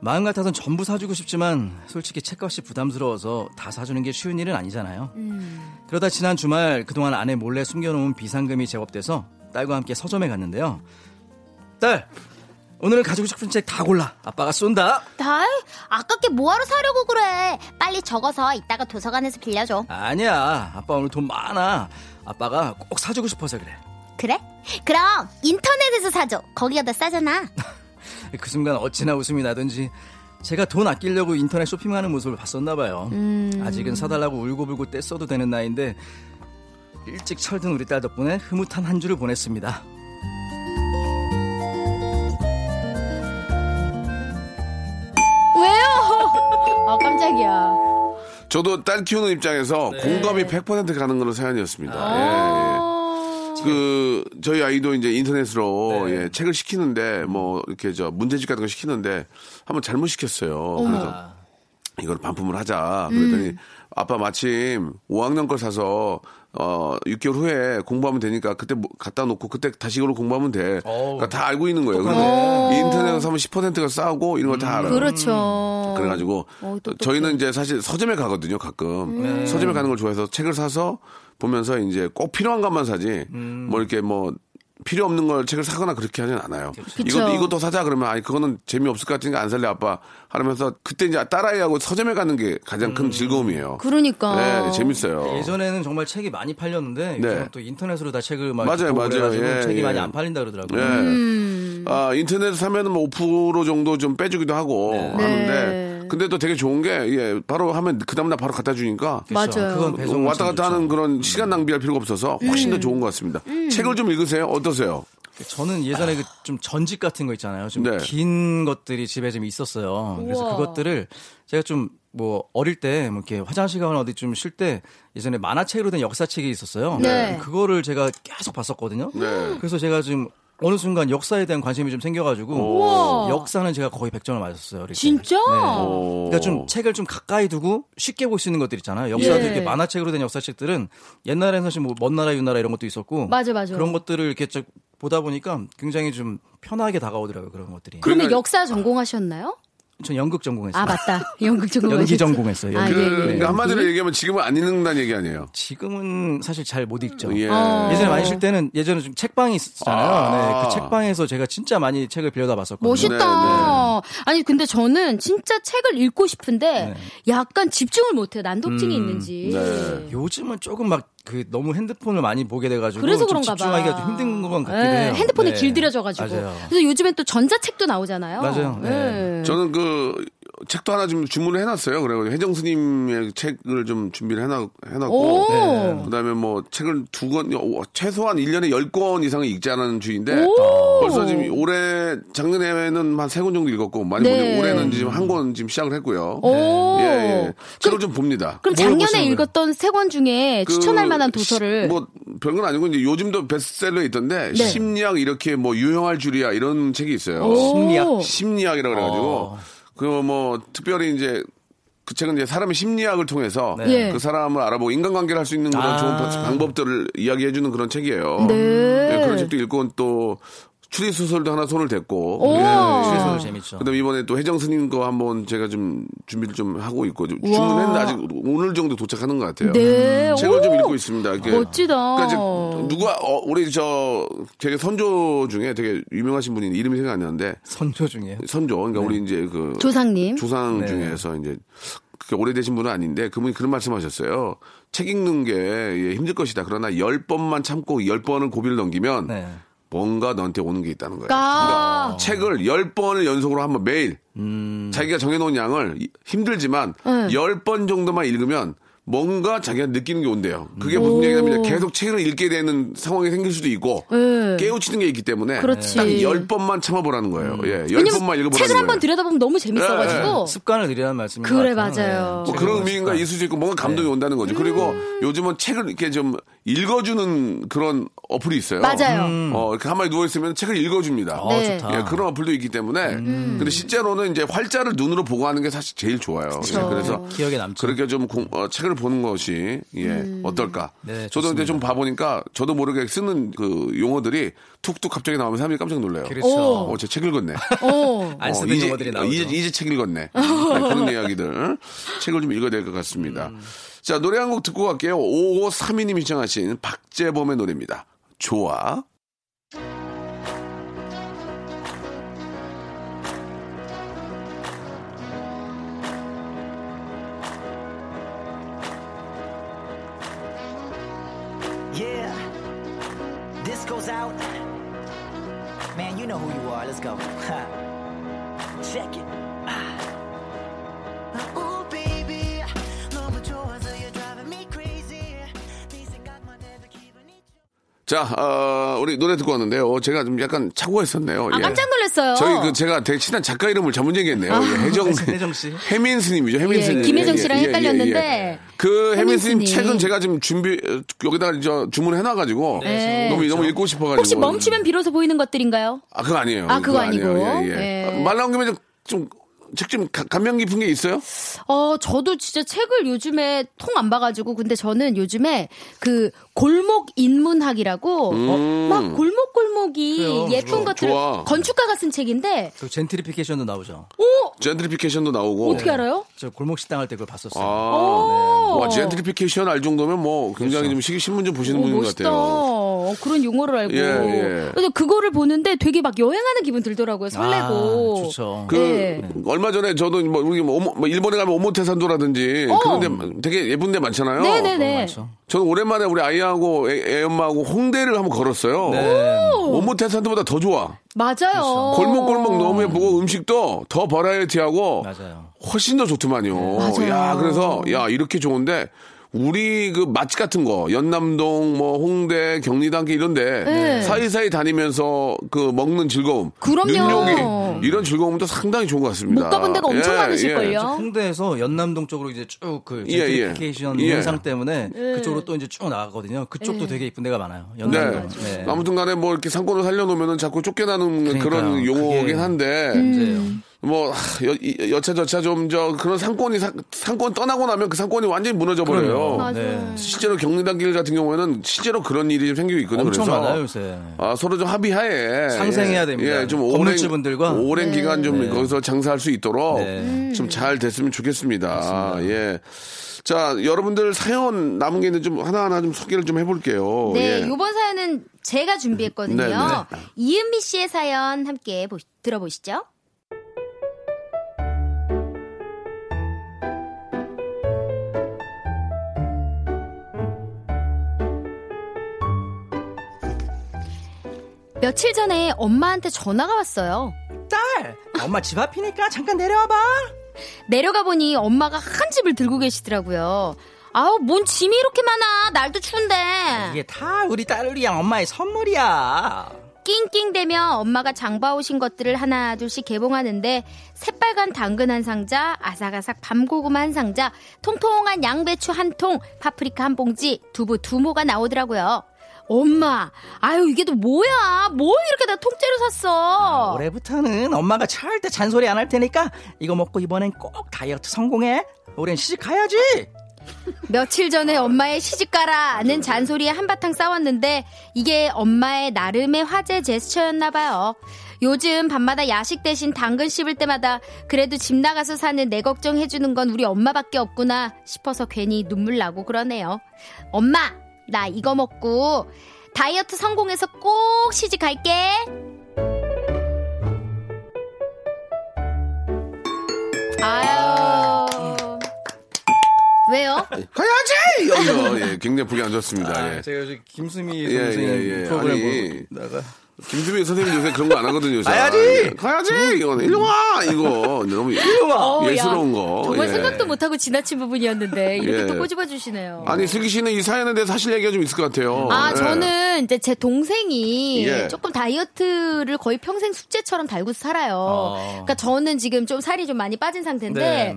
Speaker 4: 마음 같아선 전부 사주고 싶지만 솔직히 책값이 부담스러워서 다 사주는 게 쉬운 일은 아니잖아요. 그러다 지난 주말 그동안 아내 몰래 숨겨놓은 비상금이 제법돼서 딸과 함께 서점에 갔는데요. 딸! 오늘은 가지고 싶은 책 다 골라. 아빠가 쏜다.
Speaker 7: 다 아깝게 뭐하러 사려고 그래 빨리 적어서 이따가 도서관에서 빌려줘
Speaker 4: 아니야. 아빠 오늘 돈 많아. 아빠가 꼭 사주고 싶어서 그래.
Speaker 7: 그래? 그럼 인터넷에서 사줘 거기가 더 싸잖아
Speaker 4: 그 순간 어찌나 웃음이 나든지 제가 돈 아끼려고 인터넷 쇼핑하는 모습을 봤었나 봐요.
Speaker 6: 음.
Speaker 4: 아직은 사달라고 울고불고 떼써도 되는 나이인데 일찍 철든 우리 딸 덕분에 흐뭇한 한 주를 보냈습니다.
Speaker 6: 아 깜짝이야
Speaker 3: 저도 딸 키우는 입장에서 공감이 100% 가는 그런 사연이었습니다. 예, 예. 그 저희 아이도 이제 인터넷으로 예, 책을 시키는데 뭐 이렇게 저 문제집 같은 거 시키는데 한번 잘못 시켰어요. 그래서 이걸 반품을 하자. 그랬더니 아빠 마침 5학년 걸 사서 어 6개월 후에 공부하면 되니까 그때 뭐 갖다 놓고 그때 다시 이걸로 공부하면 돼. 그러니까 다 알고 있는 거예요. 음. 그런데 인터넷에서 하면 10%가 싸고 이런 걸 다 알아요. 어, 음,
Speaker 6: 그렇죠
Speaker 3: 그래가지고 저희는 이제 사실 서점에 가거든요 가끔 서점에 가는 걸 좋아해서 책을 사서 보면서 이제 꼭 필요한 것만 사지
Speaker 4: 음.
Speaker 3: 뭐 이렇게 뭐 필요 없는 걸 책을 사거나 그렇게 하진 않아요. 이것도 이것도 사자 그러면 아니 그거는 재미 없을 것 같으니까 안 살래 아빠 하면서 그때 이제 딸아이하고 서점에 가는 게 가장 큰 즐거움이에요.
Speaker 6: 그러니까
Speaker 3: 네 재밌어요.
Speaker 4: 음. 예전에는 정말 책이 많이 팔렸는데
Speaker 3: 네.
Speaker 4: 요즘 또 인터넷으로 다 책을 막
Speaker 3: 맞아요,
Speaker 4: 보고
Speaker 3: 맞아요.
Speaker 4: 그래가지고
Speaker 3: 예,
Speaker 4: 책이
Speaker 3: 예.
Speaker 4: 많이 안 팔린다
Speaker 3: 예.
Speaker 4: 그러더라고요.
Speaker 3: 아, 인터넷 사면은 뭐5% 정도 좀 빼주기도 하고
Speaker 4: 네.
Speaker 3: 하는데 근데 또 되게 좋은 게 예, 바로 하면 그 다음날 바로 갖다 주니까
Speaker 4: 그렇죠.
Speaker 6: 맞아요.
Speaker 4: 그건 배송
Speaker 3: 왔다 갔다 하는 그런 시간 낭비할 필요가 없어서
Speaker 5: 음.
Speaker 3: 훨씬 더 좋은 것 같습니다. 책을 좀 읽으세요. 어떠세요?
Speaker 4: 저는 예전에 그 좀 전집 같은 거 있잖아요.
Speaker 3: 네.
Speaker 4: 좀 긴 것들이 집에 좀 있었어요. 그래서
Speaker 6: 우와.
Speaker 4: 그것들을 제가 좀 뭐 어릴 때뭐 이렇게 화장실 가거나 어디 좀 쉴 때 예전에 만화책으로 된 역사책이 있었어요.
Speaker 6: 네.
Speaker 4: 그거를 제가 계속 봤었거든요.
Speaker 3: 네.
Speaker 4: 그래서 제가 지금 어느 순간 역사에 대한 관심이 좀 생겨가지고 역사는 제가 거의 100점을 맞았어요. 어릴 때.
Speaker 6: 진짜?
Speaker 3: 네.
Speaker 4: 그러니까 좀 책을 좀 가까이 두고 쉽게 볼 수 있는 것들 있잖아요. 역사도
Speaker 6: 예.
Speaker 4: 이렇게 만화책으로 된 역사책들은 옛날에는 사실 뭐먼 나라 유 나라 이런 것도 있었고
Speaker 6: 맞아, 맞아.
Speaker 4: 그런 것들을 이렇게 쭉 보다 보니까 굉장히 좀 편하게 다가오더라고요. 그런 것들이.
Speaker 6: 그러면
Speaker 3: 그러니까-
Speaker 6: 역사 전공하셨나요?
Speaker 4: 전 연극 전공했어요.
Speaker 3: (laughs)
Speaker 6: 아 맞다 연극 전공
Speaker 4: 연기 전공했어요.
Speaker 6: 아,
Speaker 4: 연기.
Speaker 6: 예, 예.
Speaker 3: 그, 그러니까
Speaker 4: 음.
Speaker 3: 한마디로 얘기하면 지금은 안 읽는다는 얘기 아니에요.
Speaker 4: 지금은 사실 잘 못 읽죠.
Speaker 5: 아.
Speaker 3: 예.
Speaker 4: 예전에 많이 쉴 때는 예전에 좀 책방이 있었잖아요.
Speaker 3: 아.
Speaker 4: 네, 그 책방에서 제가 진짜 많이 책을 빌려다 봤었거든요.
Speaker 3: 네,
Speaker 6: 멋있다. 아니 근데 저는 진짜 책을 읽고 싶은데 약간 집중을 못해요. 난독증이 있는지.
Speaker 3: 음, 네.
Speaker 4: 요즘은 조금 막 그 너무 핸드폰을 많이 보게 돼가지고
Speaker 5: 그래서
Speaker 4: 좀
Speaker 5: 그런가 봐.
Speaker 4: 집중하기가 좀 힘든 건 같긴
Speaker 5: 예,
Speaker 4: 해요.
Speaker 5: 핸드폰에
Speaker 4: 네.
Speaker 5: 길들여져가지고.
Speaker 4: 맞아요.
Speaker 5: 그래서 요즘엔 또 전자책도 나오잖아요.
Speaker 4: 맞아요. 네.
Speaker 5: 예.
Speaker 3: 저는 그 책도 하나 좀 주문을 해놨어요. 그래가지고 혜정 스님의 책을 좀 준비를 해놔, 해놨고.
Speaker 5: 오.
Speaker 4: 네.
Speaker 3: 그다음에 뭐 책을 두 권, 어, 최소한 1년에 10권 이상을 읽지 않은 주의인데
Speaker 5: 오.
Speaker 3: 벌써 지금 올해 작년에는 한 세 권 정도 읽었고 많이
Speaker 5: 네.
Speaker 3: 보니 올해는 지금 한 권 지금 시작을 했고요.
Speaker 5: 오.
Speaker 6: 네.
Speaker 3: 예, 예. 책을 좀 봅니다.
Speaker 5: 그럼
Speaker 4: 뭘
Speaker 5: 작년에
Speaker 4: 보시는 거예요?
Speaker 5: 읽었던 세 권 중에
Speaker 3: 그
Speaker 5: 추천할 만한
Speaker 3: 시-
Speaker 5: 도서를 네.
Speaker 3: 뭐 별건 아니고 이제 요즘도 베스트셀러에 있던데 심리학 이렇게 뭐 유형할 줄이야 이런 책이 있어요.
Speaker 4: 심리학.
Speaker 5: 오.
Speaker 3: 심리학이라고 그래가지고
Speaker 4: 어.
Speaker 3: 그 뭐 특별히 이제 그 책은 이제 사람의 심리학을 통해서
Speaker 5: 네.
Speaker 3: 그 사람을 알아보고 인간관계를 할 수 있는 그런
Speaker 4: 예. 아.
Speaker 3: 좋은 방- 방법들을 이야기해주는 그런 책이에요.
Speaker 5: 네.
Speaker 3: 예, 그런 책도 읽고 또 추리 소설도 하나 손을 댔고. 예,
Speaker 5: 오. 어.
Speaker 4: 추리소설 재밌죠.
Speaker 3: 그다음 에 이번에 또 혜정 스님 거 한번 제가 좀 준비를 좀 하고 있고 좀
Speaker 5: 우와.
Speaker 3: 주문했는데 아직 오늘 정도 도착하는 것
Speaker 6: 음,
Speaker 3: 같아요.
Speaker 5: 네.
Speaker 3: 책을 좀
Speaker 5: 오.
Speaker 3: 읽고 있습니다. 이게
Speaker 5: 멋지다.
Speaker 3: 그러니까 이제 누가 어, 우리 저 되게 선조 중에 되게 유명하신 분이 이름이 생각 안 나는데
Speaker 4: 선조 중에
Speaker 3: 선조 그러니까 우리 이제 그
Speaker 5: 조상님.
Speaker 3: 조상
Speaker 4: 네.
Speaker 3: 중에서 이제 그렇게 오래되신 분은 아닌데 그분이 그런 말씀하셨어요. 책 읽는 게 예, 힘들 것이다. 그러나 열 번만 참고 열 번을 고비를 넘기면
Speaker 4: 네.
Speaker 3: 뭔가 너한테 오는 게 있다는 거예요.
Speaker 5: 아.
Speaker 3: 책을 열 번을 연속으로 한번 매일 자기가 정해놓은 양을 이- 힘들지만
Speaker 5: 네.
Speaker 3: 열 번 정도만 읽으면 뭔가 자기가 느끼는 게 온대요. 그게 무슨 얘기냐면 계속 책을 읽게 되는 상황이 생길 수도 있고
Speaker 5: 네.
Speaker 3: 깨우치는 게 있기 때문에
Speaker 5: 그렇지. 음.
Speaker 3: 딱 열 번만참아보라는 거예요. 예, 열
Speaker 5: 왜냐면
Speaker 3: 번만 읽어보라는
Speaker 5: 책을
Speaker 3: 거예요.
Speaker 5: 한번 들여다보면 너무
Speaker 6: 네,
Speaker 5: 재밌어가지고
Speaker 4: 습관을 들이라는 말씀인 것
Speaker 5: 그래,
Speaker 4: 같아요.
Speaker 5: 맞아요.
Speaker 3: 뭐
Speaker 4: 책을
Speaker 3: 그런
Speaker 4: 보는
Speaker 3: 의미인가
Speaker 4: 습관.
Speaker 3: 있을 수 있고 뭔가 감동이 온다는 거죠. 그리고
Speaker 5: 음.
Speaker 3: 요즘은 책을 이렇게 좀 읽어주는 그런 어플이 있어요.
Speaker 5: 맞아요.
Speaker 3: 어, 이렇게 한마디 누워있으면 책을 읽어줍니다.
Speaker 4: 어,
Speaker 5: 네.
Speaker 4: 좋다.
Speaker 3: 예, 그런 어플도 있기 때문에. 근데 실제로는 이제 활자를 눈으로 보고 하는 게 사실 제일 좋아요. 예, 그래서
Speaker 4: 어, 기억에 남죠.
Speaker 3: 그렇게 좀 공- 어, 책을 보는 것이 예, 어떨까.
Speaker 4: 네,
Speaker 3: 저도
Speaker 4: 좋습니다.
Speaker 3: 이제 좀 봐보니까 저도 모르게 쓰는 그 용어들이 툭툭 갑자기 나오면 사람들이 깜짝 놀라요.
Speaker 4: 그렇죠.
Speaker 3: 어, 쟤책 읽었네.
Speaker 5: 어.
Speaker 4: 안
Speaker 3: 어,
Speaker 4: 쓰던
Speaker 3: 이제-
Speaker 4: 용어들이 나오죠.
Speaker 3: 이제, 이제 책 (laughs) 읽었네. 네, 그런 이야기들. 책을 좀 읽어야 될 것 같습니다.
Speaker 4: 음.
Speaker 3: 자, 노래 한 곡 듣고 갈게요. 5532님 신청하신 박재범의 노래입니다. 좋아.
Speaker 8: Yeah. This goes out. Man, you know who you are. Let's go. Check it. Ah. Ooh, baby. 너무 좋아서 you're driving me crazy. 네 생각만 해도 기분이 좋아.
Speaker 3: 자, 어, 우리 노래 듣고 왔는데요. 제가 좀 약간 착오했었네요.
Speaker 5: 아,
Speaker 3: 예.
Speaker 5: 깜짝 놀랐어요. 아.
Speaker 3: 저희 그 제가 되게 친한 작가 이름을 잘못 얘기했네요. 예, 해정
Speaker 4: 혜정 씨.
Speaker 3: 해민 스님이죠. 해민
Speaker 5: 예,
Speaker 3: 스님.
Speaker 5: 김혜정
Speaker 3: 예,
Speaker 5: 씨랑
Speaker 3: 예, 예,
Speaker 5: 헷갈렸는데
Speaker 3: 예. 그 해민
Speaker 5: 해민
Speaker 3: 스님
Speaker 5: 스님.
Speaker 3: 책은 제가 지금 준비 어, 여기다가 저 주문해 놔 가지고
Speaker 5: 네.
Speaker 3: 너무 너무 읽고 싶어 가지고
Speaker 5: 혹시 멈추면 비로소 보이는 것들인가요?
Speaker 3: 아, 그거 아니에요.
Speaker 5: 아, 그거 아니고.
Speaker 3: 예, 예.
Speaker 5: 예.
Speaker 3: 아, 말 나온 김에 좀, 좀, 책 좀, 가- 감명 깊은 게 있어요?
Speaker 5: 어, 저도 진짜 책을 요즘에 통 안 봐가지고, 근데 저는 요즘에 그 골목 인문학이라고, 어, 막 골목골목이
Speaker 4: 그래요.
Speaker 5: 예쁜
Speaker 4: 좋아.
Speaker 5: 것들을,
Speaker 3: 음. 좋아.
Speaker 5: 건축가가 쓴 책인데,
Speaker 4: 그 젠트리피케이션도 나오죠.
Speaker 3: 젠트리피케이션도 나오고.
Speaker 5: 어떻게 알아요?
Speaker 4: 저 골목 식당 할 때 그걸 봤었어요. 네.
Speaker 3: 아,
Speaker 5: 오.
Speaker 3: 와, 젠트리피케이션 알 정도면 뭐, 굉장히 좀 시, 신문 좀 보시는
Speaker 5: 오,
Speaker 3: 분인
Speaker 5: 어, 멋있다.
Speaker 3: 것 같아요.
Speaker 5: 어, 그런 용어를 알고.
Speaker 3: 예, 예.
Speaker 5: 그래서 그거를 보는데 되게 막 여행하는 기분 들더라고요. 설레고.
Speaker 4: 아, 좋죠.
Speaker 3: 그,
Speaker 5: 예.
Speaker 3: 얼마 전에 저도 뭐, 우리 뭐, 오모- 뭐 일본에 가면 오모테산도라든지, 그런데 되게 예쁜 데 많잖아요.
Speaker 5: 어. 네네네.
Speaker 4: 많죠.
Speaker 3: 저는 오랜만에 우리 아이하고 애, 애 엄마하고 홍대를 한번 걸었어요.
Speaker 4: 네.
Speaker 3: 오모테산도보다 더 좋아.
Speaker 4: 그렇죠.
Speaker 5: 맞아요. 어.
Speaker 3: 골목골목 너무 예쁘고 음식도 더 버라이어티하고
Speaker 4: 맞아요.
Speaker 3: 훨씬 더 좋더만요.
Speaker 5: 네, 맞아요.
Speaker 3: 야, 그래서 야, 이렇게 좋은데 우리 그 맛집 같은 거 연남동 뭐 홍대 경리단길 이런데 사이사이 다니면서 그 먹는 즐거움
Speaker 5: 네. 그럼요.
Speaker 3: 능력이 이런 즐거움도 상당히 좋은 것 같습니다.
Speaker 5: 못 가본 데가 엄청
Speaker 3: 예,
Speaker 5: 많으실걸요?
Speaker 3: 예.
Speaker 4: 저 홍대에서 연남동 쪽으로 이제 쭉 그
Speaker 3: 예, 예.
Speaker 4: 젠트리피케이션
Speaker 3: 예.
Speaker 4: 현상 때문에
Speaker 5: 네.
Speaker 4: 그쪽으로 또 이제 쭉 나가거든요. 그쪽도 되게 이쁜 데가 많아요.
Speaker 3: 네.
Speaker 4: 연남동. 네.
Speaker 3: 아무튼간에 뭐 이렇게 상권을 살려놓으면 자꾸 쫓겨나는 그런
Speaker 4: 그러니까요.
Speaker 3: 용어긴
Speaker 4: 그게
Speaker 3: 한데
Speaker 4: 이제요.
Speaker 3: 뭐 하, 여, 이- 여차저차 좀 저 그런 상권이 상, 상권 떠나고 나면 그 상권이 완전히 무너져 버려요.
Speaker 4: 그럼요. 네.
Speaker 3: 음. 실제로 경리단길 같은 경우에는 실제로 그런 일이 좀 생기고 있거든요.
Speaker 4: 엄청
Speaker 3: 그래서
Speaker 4: 많아요 요새.
Speaker 3: 아, 서로 좀 합의하에
Speaker 4: 상생해야
Speaker 3: 예,
Speaker 4: 됩니다.
Speaker 3: 예, 좀 오랜
Speaker 4: 건물주분들과.
Speaker 3: 오랜
Speaker 7: 네.
Speaker 3: 기간 좀 거기서 장사할 수 있도록
Speaker 4: 네.
Speaker 7: 음.
Speaker 3: 좀 잘 됐으면 좋겠습니다. 예. 자, 여러분들 사연 남은 게 있는지 좀 하나하나 좀 소개를 좀 해볼게요.
Speaker 7: 네,
Speaker 3: 예.
Speaker 7: 요번 사연은 제가 준비했거든요.
Speaker 3: 네, 네.
Speaker 7: 이은미 씨의 사연 함께 보- 들어보시죠.
Speaker 6: 며칠 전에 엄마한테 전화가 왔어요.
Speaker 4: 딸, 엄마 집 앞이니까 잠깐 내려와봐.
Speaker 6: 내려가 보니 엄마가 한 집을 들고 계시더라고요. 아우, 뭔 짐이 이렇게 많아. 날도 추운데.
Speaker 4: 이게 다 우리 딸이랑 엄마의 선물이야.
Speaker 6: 낑낑대며 엄마가 장봐오신 것들을 하나 둘씩 개봉하는데 새빨간 당근 한 상자, 아삭아삭 밤고구마 한 상자, 통통한 양배추 한 통, 파프리카 한 봉지, 두부 두 모가 나오더라고요. 엄마, 아유 이게 또 뭐야? 뭘 이렇게 다 통째로 샀어?
Speaker 4: 아, 올해부터는 엄마가 절대 잔소리 안 할 테니까 이거 먹고 이번엔 꼭 다이어트 성공해. 올해는 시집 가야지.
Speaker 6: 며칠 전에 엄마의 시집가라는 잔소리에 한바탕 싸웠는데 이게 엄마의 나름의 화제 제스처였나 봐요. 요즘 밤마다 야식 대신 당근 씹을 때마다 그래도 집 나가서 사는 내 걱정 해주는 건 우리 엄마밖에 없구나 싶어서 괜히 눈물 나고 그러네요. 엄마, 나 이거 먹고 다이어트 성공해서 꼭 시집 갈게. 아유. 왜요?
Speaker 3: 가야지! 여기서 예, 굉장히 보기 안 좋습니다. 예.
Speaker 4: 아, 제가 요즘 김수미
Speaker 3: 예,
Speaker 4: 선생님
Speaker 3: 예, 예. 아니.
Speaker 4: 프로그램 보다가
Speaker 3: 김수빈 선생님 요새 그런 거 안 하거든요. 요새.
Speaker 4: 가야지!
Speaker 3: 예, 가야지! 이거 일로 와! 이거 너무
Speaker 6: 어,
Speaker 3: 예스러운
Speaker 6: 야,
Speaker 3: 거.
Speaker 6: 정말
Speaker 3: 예.
Speaker 6: 생각도 못하고 지나친 부분이었는데 이렇게
Speaker 3: 예.
Speaker 6: 또 꼬집어 주시네요.
Speaker 3: 아니 슬기 씨는 이 사연에 대해서 사실 얘기가 좀 있을 것 같아요.
Speaker 6: 아,
Speaker 3: 예.
Speaker 6: 저는 이제 제 동생이
Speaker 3: 예.
Speaker 6: 조금 다이어트를 거의 평생 숙제처럼 달고 살아요. 그러니까 저는 지금 좀 살이 좀 많이 빠진
Speaker 4: 네.
Speaker 6: 상태인데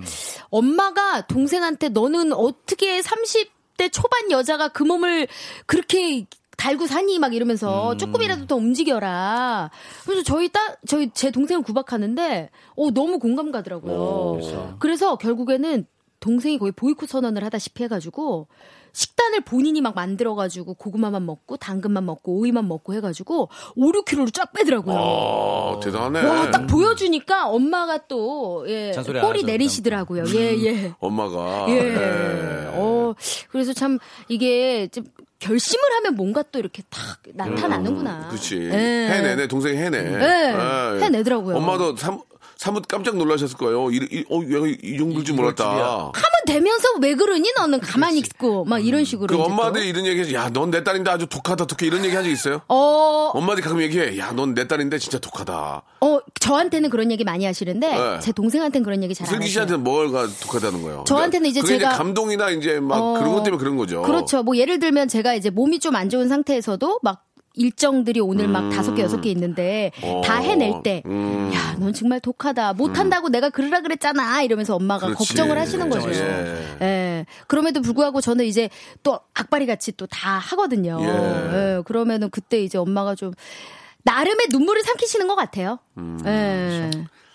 Speaker 6: 엄마가 동생한테 너는 어떻게 30대 초반 여자가 그 몸을 그렇게 달고 사니 막 이러면서 조금이라도 더 움직여라. 그래서 저희 딸 저희 제 동생을 구박하는데 어 너무 공감 가더라고요. 그래서 결국에는 동생이 거의 보이콧 선언을 하다시피 해가지고 식단을 본인이 막 만들어가지고 고구마만 먹고 당근만 먹고 오이만 먹고 해가지고 5, 6kg로 쫙 빼더라고요.
Speaker 3: 아, 대단해.
Speaker 6: 와, 딱 보여주니까 엄마가 또, 예,
Speaker 4: 잔소리 안
Speaker 6: 꼴이
Speaker 4: 하죠,
Speaker 6: 내리시더라고요. 예,
Speaker 3: 음.
Speaker 6: 예.
Speaker 3: 엄마가.
Speaker 6: 예.
Speaker 3: 예.
Speaker 6: 어, 그래서 참 이게 좀 결심을 하면 뭔가 또 이렇게 탁 나타나는구나.
Speaker 3: 음, 그렇지.
Speaker 6: 예.
Speaker 3: 해내네 동생이 해내. 예.
Speaker 6: 해내더라고요.
Speaker 3: 엄마도 삼, 사뭇 깜짝 놀라셨을 거예요. 이, 이, 어, 얘가 이 정도일 줄 몰랐다. 그
Speaker 6: 하면 되면서 왜 그러니 너는 가만히 있고 막 이런 식으로.
Speaker 3: 그
Speaker 6: 이제 또.
Speaker 3: 엄마들이 이런 얘기 해서 야넌 내 딸인데 아주 독하다 독해 이런 얘기 한 적 있어요?
Speaker 6: 어,
Speaker 3: 엄마들이 가끔 얘기해 야 넌 내 딸인데 진짜 독하다.
Speaker 6: 어, 저한테는 그런 얘기 많이 하시는데
Speaker 3: 네.
Speaker 6: 제 동생한테는 그런 얘기 잘 안
Speaker 3: 슬기
Speaker 6: 하세요.
Speaker 3: 씨한테는 뭐가 독하다는 거예요?
Speaker 6: 저한테는 이제
Speaker 3: 그게
Speaker 6: 제가-
Speaker 3: 감동이나 이제 막
Speaker 6: 어,
Speaker 3: 그런 것 때문에 그런 거죠.
Speaker 6: 그렇죠. 뭐 예를 들면 제가 이제 몸이 좀 안 좋은 상태에서도 막 일정들이 오늘 막 다섯 개 여섯 개 있는데
Speaker 3: 음.
Speaker 6: 다
Speaker 3: 어,
Speaker 6: 해낼 때,
Speaker 3: 음.
Speaker 6: 야, 넌 정말 독하다. 못한다고 내가 그러라 그랬잖아. 이러면서 엄마가
Speaker 3: 그렇지.
Speaker 6: 그러니까 걱정을 하시는 거죠.
Speaker 3: 그렇죠.
Speaker 6: 예. 그럼에도 불구하고 저는 이제 또 악바리 같이 또 다 하거든요.
Speaker 3: 예.
Speaker 6: 예, 그러면은 그때 이제 엄마가 좀 나름의 눈물을 삼키시는 것 같아요.
Speaker 3: 음.
Speaker 6: 예.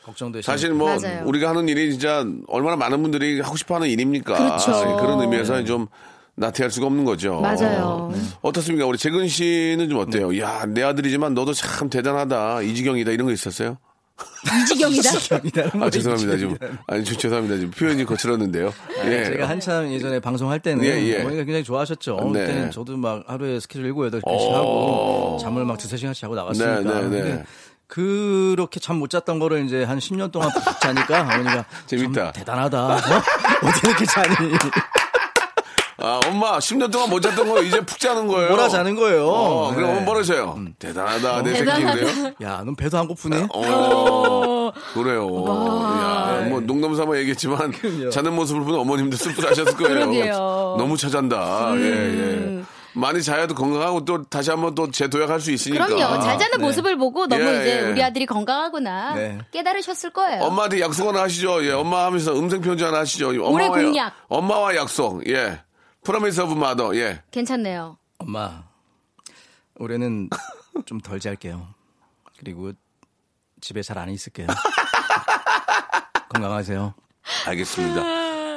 Speaker 4: 걱정되시
Speaker 3: 사실 뭐
Speaker 6: 맞아요.
Speaker 3: 우리가 하는 일이 진짜 얼마나 많은 분들이 하고 싶어하는 일입니까?
Speaker 6: 그렇죠.
Speaker 3: 런 의미에서 좀 나태할 수가 없는 거죠.
Speaker 6: 맞아요.
Speaker 3: 어떻습니까? 우리 재근 씨는 좀 어때요? 야, 내 아들이지만 너도 참 대단하다. 이지경이다. 이런 거 있었어요? (laughs)
Speaker 6: 이지경이다.
Speaker 3: 아,
Speaker 4: 뭐
Speaker 3: 죄송합니다. 지금. 아니, 저, 죄송합니다. 지금 표현이 거칠었는데요. 예.
Speaker 4: 아, 제가 한참 예전에 방송할 때는
Speaker 3: 예, 예.
Speaker 4: 어머니가 굉장히 좋아하셨죠.
Speaker 3: 네.
Speaker 4: 그때는 저도 막 하루에 스케줄 7, 8개씩
Speaker 3: 오.
Speaker 4: 하고 잠을 막 두세 시간씩 자고 나갔으니까.
Speaker 3: 네, 네, 네.
Speaker 4: 근데 그렇게 잠 못 잤던 거를 이제 한 10년 동안 푹 자니까 어머니가
Speaker 3: (laughs) 재밌다.
Speaker 4: 참 대단하다. 어? 어떻게 이렇게 자니?
Speaker 3: 아, 엄마, 10년 동안 못 잤던 거 이제 푹 자는 거예요.
Speaker 4: 뭐라 자는 거예요.
Speaker 3: 어, 그럼
Speaker 4: 네.
Speaker 3: 엄마 버릇이에요. 대단하다. 내
Speaker 6: 대단하다.
Speaker 3: 새끼인데요.
Speaker 4: 야, 넌 배도 안 고프니?
Speaker 3: 어, 그래요. 야, 뭐 농담 삼아 얘기했지만 자는 모습을 보는 어머님들 슬프하셨을 거예요.
Speaker 6: 그러게요. 음.
Speaker 3: 너무 찾아간다. 예, 예. 많이 자야도 건강하고 또 다시 한번 또 재도약할 수 있으니까. 네.
Speaker 6: 그럼요. 잘 자는 모습을 보고 너무
Speaker 3: 그러니까. 예, 어.
Speaker 6: 이제
Speaker 3: 예.
Speaker 6: 우리 아들이 건강하구나
Speaker 4: 네.
Speaker 6: 깨달으셨을 거예요.
Speaker 3: 엄마한테 약속 하나 하시죠. 예, 엄마 하면서 음성 편지 하나 하시죠.
Speaker 6: 올해
Speaker 3: 엄마와의-
Speaker 6: 공약.
Speaker 3: 엄마와 약속. 예. 프라미스 오브 마더. 예.
Speaker 6: 괜찮네요.
Speaker 4: 엄마, 올해는 좀 덜 잘게요. 그리고 집에 잘 안 있을게요. 건강하세요.
Speaker 3: 알겠습니다.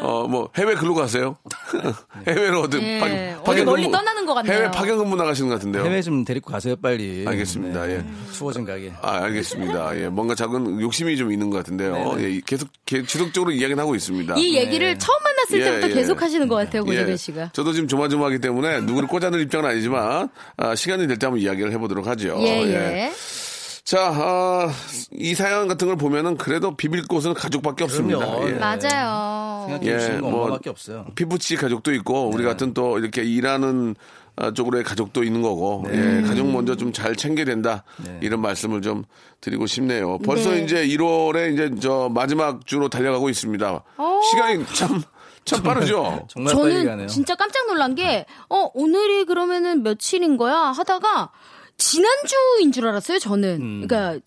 Speaker 3: 어, 뭐, 해외 글로 가세요? (laughs) 해외로 어디,
Speaker 6: 예,
Speaker 3: 파견,
Speaker 6: 어디
Speaker 3: 파견
Speaker 6: 멀리
Speaker 3: 근무-
Speaker 6: 떠나는 것 같네요.
Speaker 3: 해외 파견 근무 나가시는 것 같은데요.
Speaker 4: 해외 좀 데리고 가세요, 빨리. 네.
Speaker 3: 알겠습니다. 예.
Speaker 4: 추워진 가게.
Speaker 3: 아, 알겠습니다. 예, 뭔가 작은 욕심이 좀 있는 것 같은데요. 예, 계속, 계- 지속적으로 이야기는 하고 있습니다.
Speaker 6: 네, 이 얘기를 처음 만났을
Speaker 3: 아, 네. 예,
Speaker 6: 때부터
Speaker 3: 예.
Speaker 6: 계속 하시는 것 같아요,
Speaker 3: 예,
Speaker 6: 고재근 씨가.
Speaker 3: 저도 지금 조마조마하기 때문에 누구를 꽂아낼 입장은 아니지만 아, 시간이 될 때 한번 이야기를 해보도록 하죠.
Speaker 6: 예,
Speaker 3: 네.
Speaker 6: 예.
Speaker 3: 자, 아, 이 사연 같은 걸 보면은 그래도 비빌 곳은 가족밖에 없습니다.
Speaker 4: 그럼요.
Speaker 3: 예.
Speaker 6: 맞아요.
Speaker 4: 생각해 주시는
Speaker 3: 예,
Speaker 4: 거
Speaker 3: 뭐-
Speaker 4: 엄마밖에 없어요. 네.
Speaker 3: 피부치 가족도 있고 우리 같은 또 이렇게 일하는 아, 쪽으로의 가족도 있는 거고
Speaker 4: 네.
Speaker 3: 예, 가족 먼저 좀 잘 챙겨야 된다 이런 말씀을 좀 드리고 싶네요. 벌써 이제 1월에 이제 저 마지막 주로 달려가고 있습니다. 시간이 참 참 빠르죠.
Speaker 4: 정말 빨리 가네요.
Speaker 5: 저는 진짜 깜짝 놀란 게, 어, 오늘이 그러면은 며칠인 거야? 하다가, 지난주인 줄 알았어요, 저는. 그러니까,
Speaker 3: 음.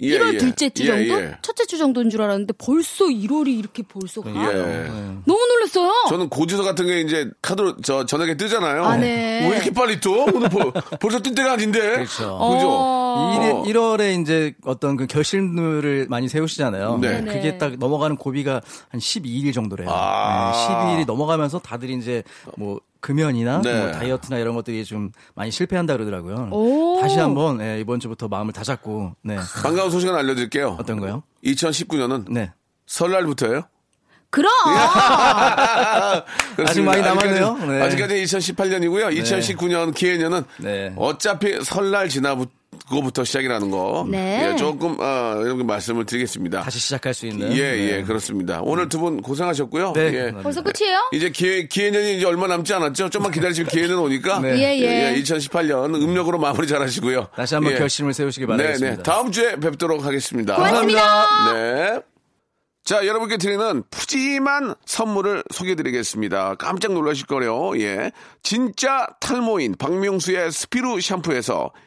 Speaker 3: 예,
Speaker 5: 1월
Speaker 3: 예.
Speaker 5: 둘째 주
Speaker 3: 예,
Speaker 5: 정도?
Speaker 3: 예.
Speaker 5: 첫째 주 정도인 줄 알았는데, 벌써 1월이 이렇게 벌써 가?
Speaker 3: 예.
Speaker 5: 너무 놀랐어요!
Speaker 3: 저는 고지서 같은 게 이제 카드로 저 전화기 뜨잖아요.
Speaker 5: 아, 네.
Speaker 3: 왜 이렇게 빨리 떠? 오늘 벌, 벌써 뜰 때가 아닌데.
Speaker 4: 그렇죠.
Speaker 3: 그죠?
Speaker 5: 어,
Speaker 3: 어.
Speaker 4: 1, 월에 이제 어떤 그 결실물을 많이 세우시잖아요.
Speaker 3: 네.
Speaker 5: 네네.
Speaker 4: 그게 딱 넘어가는 고비가 한 12일 정도래요.
Speaker 3: 아.
Speaker 4: 12일이 넘어가면서 다들 이제 뭐 금연이나
Speaker 3: 네.
Speaker 4: 뭐 다이어트나 이런 것들이 좀 많이 실패한다 그러더라고요.
Speaker 5: 오.
Speaker 4: 다시 한번 예, 이번 주부터 마음을 다잡고
Speaker 3: 아.
Speaker 4: 네.
Speaker 3: 반가운 소식 하나 알려드릴게요.
Speaker 4: 어떤 거요?
Speaker 3: 2019년은
Speaker 4: 네.
Speaker 3: 설날부터예요
Speaker 5: 그럼!
Speaker 3: 예.
Speaker 4: 아직 많이 남았네요.
Speaker 3: 아직까지,
Speaker 4: 네.
Speaker 3: 아직까지 2018년이고요. 2019년 기해년은
Speaker 4: 네.
Speaker 3: 어차피 설날 지나고부터 시작이라는 거.
Speaker 5: 네.
Speaker 3: 예, 조금, 아, 이렇게 말씀을 드리겠습니다.
Speaker 4: 다시 시작할 수 있는
Speaker 3: 예,
Speaker 4: 네.
Speaker 3: 예, 그렇습니다. 오늘 두 분 고생하셨고요.
Speaker 4: 네,
Speaker 3: 예.
Speaker 4: 감사합니다.
Speaker 5: 벌써 끝이에요?
Speaker 3: (laughs) 이제 기회, 기회년이 이제 얼마 남지 않았죠? 좀만 기다리시면 기회는 오니까.
Speaker 4: 네.
Speaker 5: 예, 예.
Speaker 3: 2018년 음력으로 마무리 잘 하시고요.
Speaker 4: 다시 한번
Speaker 3: 예.
Speaker 4: 결심을 세우시길 바라겠습니다.
Speaker 3: 네, 네. 다음 주에 뵙도록 하겠습니다.
Speaker 4: 감사합니다.
Speaker 3: 네. 자, 여러분께 드리는 푸짐한 선물을 소개드리겠습니다. 깜짝 놀라실 거래요. 예. 진짜 탈모인 박명수의 스피루 샴푸에서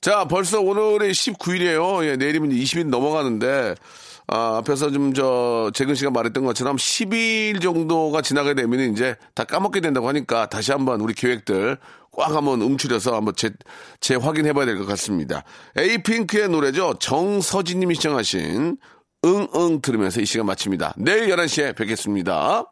Speaker 3: 자, 벌써 오늘이 19일이에요. 예, 내일이면 20일 넘어가는데, 아, 앞에서 좀 저, 재근 씨가 말했던 것처럼 10일 정도가 지나게 되면 이제 다 까먹게 된다고 하니까 다시 한번 우리 계획들 꽉 한번 움츠려서 한번 재, 재확인해 봐야 될 것 같습니다. 에이핑크의 노래죠. 정서진 님이 시청하신 응응 들으면서 이 시간 마칩니다. 내일 11시에 뵙겠습니다.